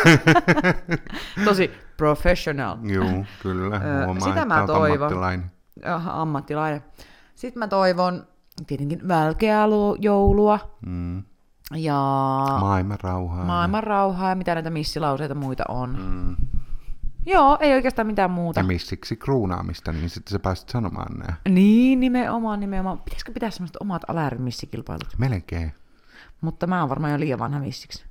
Speaker 3: Tosi Professional.
Speaker 2: Joo, kyllä.
Speaker 3: Öö,
Speaker 2: Huomaa,
Speaker 3: sitä
Speaker 2: että
Speaker 3: mä
Speaker 2: oot
Speaker 3: toivon.
Speaker 2: ammattilainen.
Speaker 3: Aha, ammattilainen. Sitten mä toivon tietenkin välkeää lu- joulua
Speaker 2: Mm.
Speaker 3: ja
Speaker 2: Maailman rauhaa.
Speaker 3: maailman rauhaa ja mitä näitä missilauseita muita on.
Speaker 2: Mm.
Speaker 3: Joo, ei oikeastaan mitään muuta.
Speaker 2: Ja missiksi kruunaamista, niin sitten sä pääsit sanomaan nää.
Speaker 3: Niin, nimenomaan, nimenomaan. Pitäisikö pitää semmoiset omat aläärimissikilpailut?
Speaker 2: Melkein.
Speaker 3: Mutta mä oon varmaan jo liian vanha missiksi.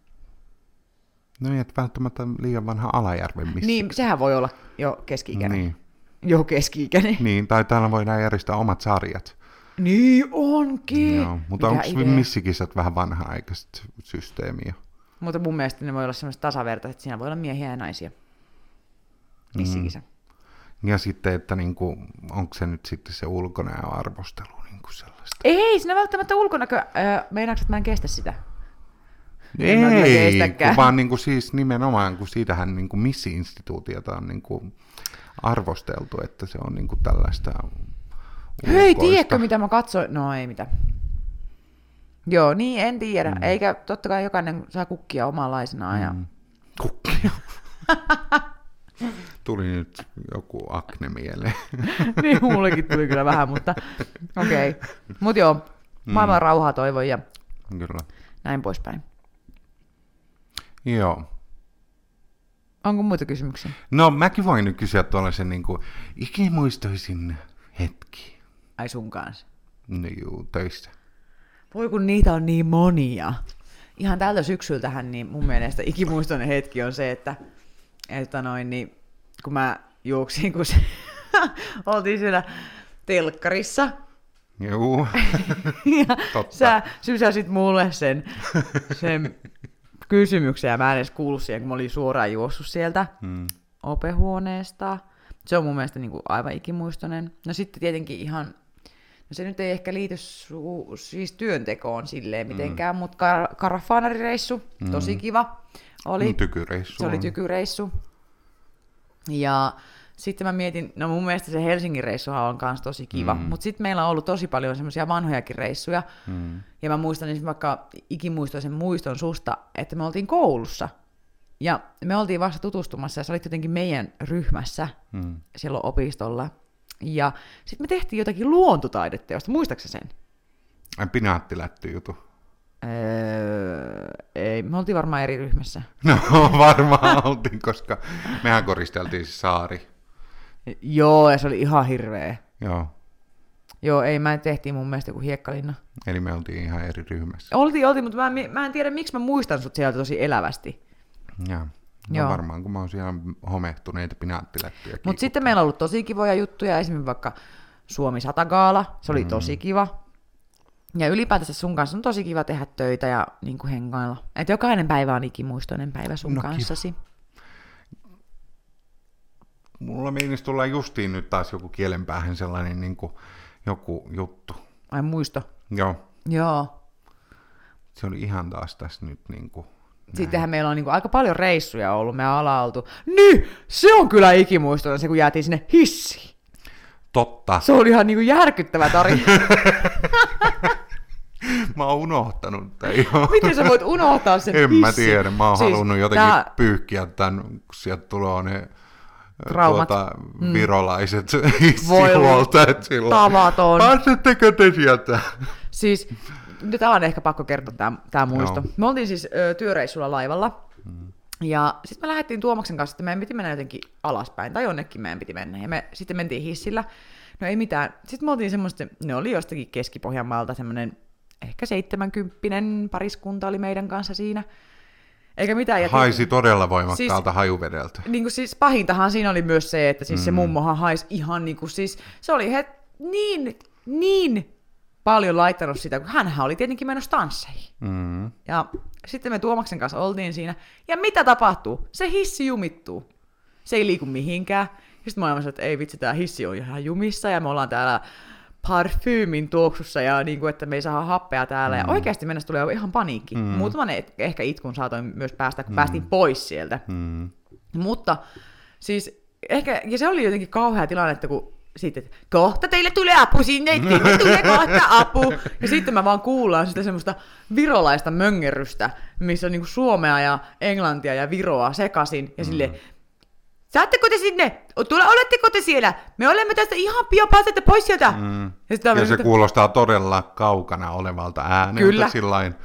Speaker 2: No ei, et välttämättä liian vanha Alajärven missi.
Speaker 3: Niin, sehän voi olla jo keski-ikäinen.
Speaker 2: Niin.
Speaker 3: Jo keski-ikäinen.
Speaker 2: niin, tai täällä voidaan järjestää omat sarjat.
Speaker 3: Niin onkin.
Speaker 2: Joo, mutta
Speaker 3: Mikä
Speaker 2: onko
Speaker 3: idea.
Speaker 2: missikisat vähän vanha-aikaista systeemiä?
Speaker 3: Mutta mun mielestä ne voi olla semmoiset tasavertaiset. Siinä voi olla miehiä ja naisia. Missikisa. Mm.
Speaker 2: Ja sitten, että niinku, onko se nyt sitten se ulkonäön arvostelu niinku sellaista?
Speaker 3: Ei, sinä välttämättä ulkonäkö... Öö, meinaatko, että mä en kestä sitä? En mä kyllä
Speaker 2: Ei,
Speaker 3: keistäkään.
Speaker 2: kun vaan niinku siis nimenomaan, kun siitähän niinku missiinstituutiota on niinku arvosteltu, että se on niinku tällaista
Speaker 3: Hei,
Speaker 2: ulkoista.
Speaker 3: tiedätkö mitä mä katsoin? No ei mitä. Joo, niin en tiedä. Mm. Eikä totta kai jokainen saa kukkia omanlaisenaan. Ja...
Speaker 2: Mm. Kukkia. Tuli nyt joku akne mieleen.
Speaker 3: niin mullekin tuli kyllä vähän, mutta okei. Okay. Mut joo,
Speaker 2: Mm.
Speaker 3: maailman rauhaa toivon ja
Speaker 2: Kyllä.
Speaker 3: näin poispäin.
Speaker 2: Joo.
Speaker 3: Onko muita kysymyksiä?
Speaker 2: No mäkin voin nyt kysyä tuollaisen niinku ikimuistoisin hetki.
Speaker 3: Ai sun kanssa.
Speaker 2: No juu, töissä.
Speaker 3: Voi kun niitä on niin monia. Ihan tältä syksyltähän niin mun mielestä ikimuistoinen hetki on se, että, että noin, niin, kun mä juoksin, kun se, oltiin siellä telkkarissa,
Speaker 2: Juu.
Speaker 3: Niin ja
Speaker 2: Totta.
Speaker 3: sä sysäsit mulle sen, sen kysymyksen, ja mä en edes kuullut siihen, kun mä olin suoraan juossut sieltä
Speaker 2: Mm.
Speaker 3: opehuoneesta. Se on mun mielestä niin kuin aivan ikimuistoinen. No sitten tietenkin ihan, no se nyt ei ehkä liity su- siis työntekoon silleen mitenkään, mm. mutta kar- karafaanarireissu, mm. tosi kiva oli.
Speaker 2: Niin, tykyreissu
Speaker 3: se oli
Speaker 2: on.
Speaker 3: tykyreissu. Ja sitten mä mietin, no mun mielestä se Helsingin reissuhan on myös tosi kiva, mm. mutta sitten meillä on ollut tosi paljon semmoisia vanhojakin reissuja, mm. ja mä muistan esimerkiksi vaikka ikimuistoisen muiston susta, että me oltiin koulussa, ja me oltiin vasta tutustumassa, ja sä olit jotenkin meidän ryhmässä mm. silloin opistolla, ja sitten me tehtiin jotakin luontotaideteosta, muistaaksä sen?
Speaker 2: Ai, Pinaattilätty jutu.
Speaker 3: Öö, ei, me oltiin varmaan eri ryhmässä.
Speaker 2: No varmaan oltiin, koska mehän koristeltiin se saari.
Speaker 3: Joo, ja se oli ihan hirveä.
Speaker 2: Joo,
Speaker 3: Joo, ei, mä tehtiin mun mielestä joku hiekkalinna.
Speaker 2: eli me oltiin ihan eri ryhmässä.
Speaker 3: Oltiin, oltiin, mutta mä, en- mä en tiedä, miksi mä muistan sut sieltä tosi elävästi.
Speaker 2: Ja. No
Speaker 3: Joo.
Speaker 2: Joo. varmaan, kun mä oon siellä homehtuneita pinaattilättyjä.
Speaker 3: Mutta sitten meillä on ollut tosi kivoja juttuja, esimerkiksi vaikka Suomi Satagaala, se oli mm. tosi kiva. Ja ylipäätänsä sun kanssa on tosi kiva tehdä töitä ja niin kuin hengailla. Et jokainen päivä on ikimuistoinen päivä sun
Speaker 2: No
Speaker 3: no,
Speaker 2: kiva.
Speaker 3: kanssasi.
Speaker 2: Mulla meinis tulla justiin nyt taas joku kielenpäähän sellainen niin kuin, joku juttu.
Speaker 3: Ai muisto.
Speaker 2: Joo,
Speaker 3: Joo.
Speaker 2: se oli ihan taas tässä nyt niin kuin,
Speaker 3: Sittenhän meillä on niin kuin aika paljon reissuja ollut, me ollaan oltu. Niin, se on kyllä ikimuistoinen se, kun jäätiin sinne hissiin.
Speaker 2: totta.
Speaker 3: Se oli ihan niin kuin järkyttävä tarina.
Speaker 2: Mä oon unohtanut tai joo.
Speaker 3: Miten sä voit unohtaa sen
Speaker 2: En mä
Speaker 3: hissin?
Speaker 2: tiedä, mä oon siis halunnut jotenkin
Speaker 3: tää-
Speaker 2: tää... pyyhkiä tämän, kun sieltä tulee ne ö,
Speaker 3: Traumat. Mm.
Speaker 2: Tuota, virolaiset
Speaker 3: Voi
Speaker 2: sivuolta.
Speaker 3: tavaton.
Speaker 2: Pääsettekö te sieltä?
Speaker 3: Siis, nyt tää on ehkä pakko kertoa tämä, tämä muisto.
Speaker 2: Joo. Mm.
Speaker 3: Me oltiin siis ö, työreissulla laivalla. Ja sitten me lähdettiin Tuomaksen kanssa, että meidän piti mennä jotenkin alaspäin, tai jonnekin meidän piti mennä. Ja me sitten mentiin hissillä. No ei mitään. Sitten me oltiin semmoista, ne oli jostakin Keski-Pohjanmaalta semmoinen, ehkä seitsemänkymppinen pariskunta oli meidän kanssa siinä. Eikä mitään. ja-
Speaker 2: Haisi todella
Speaker 3: Siis-
Speaker 2: voimakkaalta hajuvedeltä.
Speaker 3: niin kuin siis pahintahan siinä oli myös se, että siis mm. se mummohan haisi ihan niin kuin siis, se oli het, niin, niin paljon laittanut sitä, kun hänhän oli tietenkin menossa tansseihin.
Speaker 2: Mm.
Speaker 3: Ja sitten me Tuomaksen kanssa oltiin siinä, ja mitä tapahtuu? Se hissi jumittuu. Se ei liiku mihinkään. Ja sitten mä olin, että ei vitsi, tämä hissi on ihan jumissa, ja me ollaan täällä parfyymin tuoksussa, ja niin kuin, että me ei saa happea täällä. Ja oikeasti mennessä tulee ihan paniikki. Mm. Muutaman et- ehkä itkun saatoin myös päästä, kun mm. päästiin pois sieltä.
Speaker 2: Mm.
Speaker 3: Mutta siis ehkä, ja se oli jotenkin kauhea tilanne, että kun sitten, että kohta teille tulee apu sinne, teille tulee kohta apu. Ja sitten mä vaan kuullaan sitä semmoista virolaista Mm. möngerystä, missä on niinku suomea ja englantia ja viroa sekasin. Ja sille Saatteko te sinne? Tule, oletteko te siellä? Me olemme tästä ihan pian pääsette pois sieltä. Mm. Ja, sitä
Speaker 2: Ja
Speaker 3: me-
Speaker 2: se kuulostaa todella kaukana olevalta ääneltä
Speaker 3: Kyllä.
Speaker 2: sillain,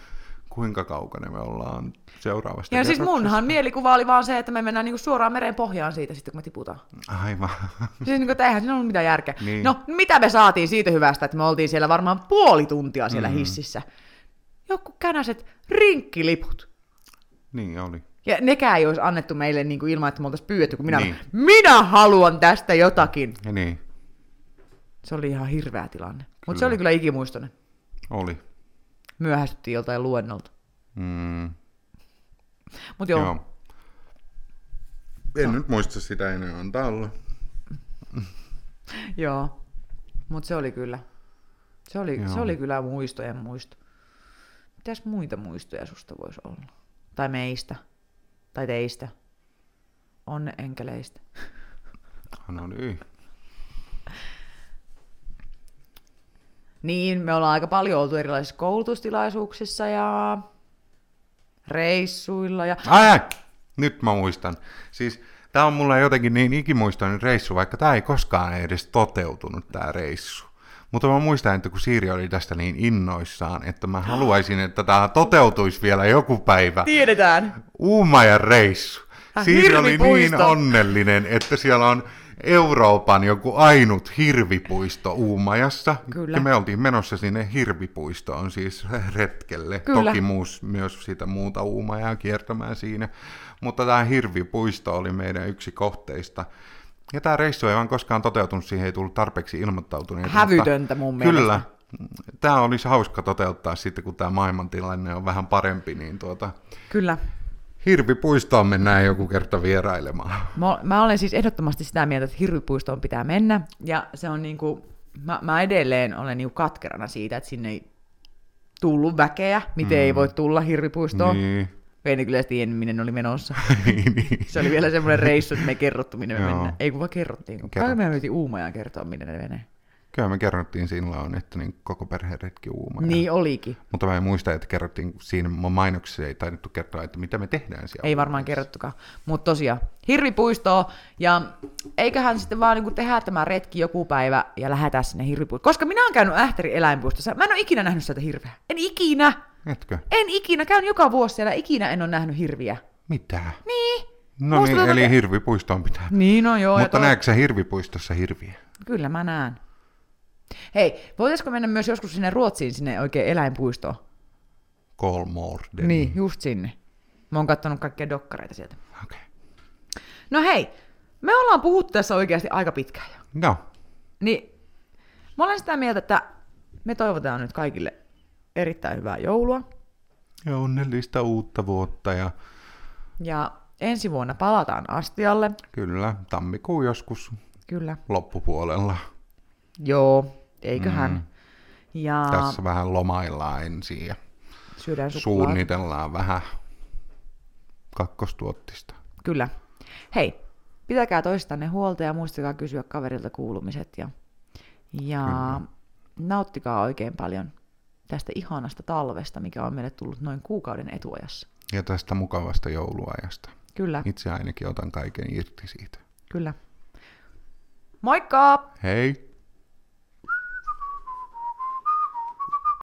Speaker 2: kuinka kaukana me ollaan seuraavasta
Speaker 3: ja siis
Speaker 2: kerroksesta.
Speaker 3: munhan mielikuva oli vaan se, että me mennään niinku suoraan meren pohjaan siitä, sitten kun me tiputaan.
Speaker 2: Aivan.
Speaker 3: Siis niin kuin, eihän siinä ollut mitään järkeä.
Speaker 2: Niin.
Speaker 3: Niin. No, mitä me saatiin siitä hyvästä, että me oltiin siellä varmaan puoli tuntia siellä mm. hississä. Joku känäset rinkkiliput.
Speaker 2: niin oli.
Speaker 3: Ja nekään ei olisi annettu meille niin kuin ilman, että me oltaisiin pyydetty, kun minä,
Speaker 2: Niin.
Speaker 3: niin. minä haluan tästä jotakin.
Speaker 2: Ja niin,
Speaker 3: Se oli ihan hirveä tilanne. Mutta se
Speaker 2: Kyllä.
Speaker 3: oli kyllä ikimuistoinen.
Speaker 2: oli.
Speaker 3: Myöhästyttiin joltain luennolta.
Speaker 2: Mm,
Speaker 3: Mutta
Speaker 2: joo.
Speaker 3: joo, joo.
Speaker 2: En nyt muista sitä enää antaa olla.
Speaker 3: joo. Mutta se oli kyllä. Se oli,
Speaker 2: Joo.
Speaker 3: se oli kyllä muistojen muisto. Mitäs muita muistoja susta voisi olla? Tai meistä. Tai teistä. Onne enkeleistä.
Speaker 2: No niin.
Speaker 3: Niin, me ollaan aika paljon oltu erilaisissa koulutustilaisuuksissa ja reissuilla. Ja...
Speaker 2: Ai, ai, nyt mä muistan. Siis tää on mulle jotenkin niin ikimuistoinen reissu, vaikka tää ei koskaan edes toteutunut tää reissu. Mutta mä muistan, että kun Siiri oli tästä niin innoissaan, että mä haluaisin, että tämä toteutuisi vielä joku päivä.
Speaker 3: Tiedetään.
Speaker 2: Uumajan reissu.
Speaker 3: Äh,
Speaker 2: Siiri oli niin
Speaker 3: hirvipuisto.
Speaker 2: onnellinen, että siellä on Euroopan joku ainut hirvipuisto Uumajassa.
Speaker 3: Kyllä.
Speaker 2: Ja me oltiin menossa sinne hirvipuistoon siis retkelle.
Speaker 3: Kyllä.
Speaker 2: Toki muus, myös sitä muuta Uumajaa kiertämään siinä. Mutta tämä hirvipuisto oli meidän yksi kohteista. Ja tämä reissu ei vaan koskaan toteutunut, siihen ei tullut tarpeeksi ilmoittautuneita. mutta-
Speaker 3: Hävytöntä mun mielestä.
Speaker 2: Kyllä. Tämä olisi hauska toteuttaa sitten, kun tämä maailmantilanne on vähän parempi, niin tuota,
Speaker 3: Kyllä.
Speaker 2: Hirvipuistoon mennään joku kerta vierailemaan.
Speaker 3: Mä, mä olen siis ehdottomasti sitä mieltä, että hirvipuistoon pitää mennä. Ja se on niinku, mä, mä edelleen olen niinku katkerana siitä, että sinne ei tullut väkeä. Miten mm. ei voi tulla hirvipuistoon? Niin.
Speaker 2: Niin.
Speaker 3: En kyllä tiennyt, minne oli menossa.
Speaker 2: niin.
Speaker 3: Se oli vielä semmoinen reissu, että me ei kerrottu, minne me
Speaker 2: Joo.
Speaker 3: mennään. Ei kun vaan kerrottiin. kun- Kai
Speaker 2: Kerrottiin.
Speaker 3: me myytiin Uumajaan kertoa, minne ne menee.
Speaker 2: Kyllä me kerrottiin silloin, että niin koko perheen retki uuma.
Speaker 3: Niin olikin.
Speaker 2: Mutta mä en muista, että kerrottiin siinä mainoksessa, ei tainnettu kertoa, että mitä me tehdään siellä.
Speaker 3: Ei varmaan kerrottukaan. Mutta tosiaan, hirvipuistoa. Ja eiköhän sitten vaan niinku tehdä tämä retki joku päivä ja lähdetään sinne hirvipuistoon. Koska minä oon käynyt Ähtärin eläinpuistossa. Mä en ole ikinä nähnyt sieltä hirveä. En ikinä.
Speaker 2: Etkö?
Speaker 3: En ikinä. Käyn joka vuosi siellä. Ikinä en ole nähnyt hirviä.
Speaker 2: Mitä?
Speaker 3: Niin.
Speaker 2: No
Speaker 3: Musta
Speaker 2: niin,
Speaker 3: tuntuu,
Speaker 2: eli
Speaker 3: että-
Speaker 2: hirvipuistoon pitää.
Speaker 3: Niin, no joo. ja
Speaker 2: Mutta
Speaker 3: toi-
Speaker 2: näetkö sä hirvipuistossa hirviä?
Speaker 3: Kyllä mä näen. Hei, voitaisiko mennä myös joskus sinne Ruotsiin, sinne oikein eläinpuistoon?
Speaker 2: Kolmorden.
Speaker 3: Niin, just sinne. Mä oon kattonut kaikkia dokkareita sieltä.
Speaker 2: Okei.
Speaker 3: No hei, me ollaan puhuttu tässä oikeasti aika pitkään jo.
Speaker 2: No,
Speaker 3: Niin, mä olen sitä mieltä, että me toivotetaan nyt kaikille erittäin hyvää joulua.
Speaker 2: ja onnellista uutta vuotta ja
Speaker 3: Ja ensi vuonna palataan astialle.
Speaker 2: kyllä tammikuun joskus
Speaker 3: Kyllä.
Speaker 2: loppupuolella.
Speaker 3: Joo, eiköhän. Mm. Ja
Speaker 2: Tässä vähän lomaillaan ensin ja
Speaker 3: syödään suklaata.
Speaker 2: suunnitellaan vähän kakkostuottista.
Speaker 3: Kyllä. Hei, pitäkää toistanne huolta ja muistakaa kysyä kaverilta kuulumiset. Ja, ja nauttikaa oikein paljon tästä ihanasta talvesta, mikä on meille tullut noin kuukauden etuajassa.
Speaker 2: Ja tästä mukavasta jouluajasta.
Speaker 3: Kyllä,
Speaker 2: Itse ainakin otan kaiken irti siitä.
Speaker 3: kyllä. Moikka!
Speaker 2: Hei!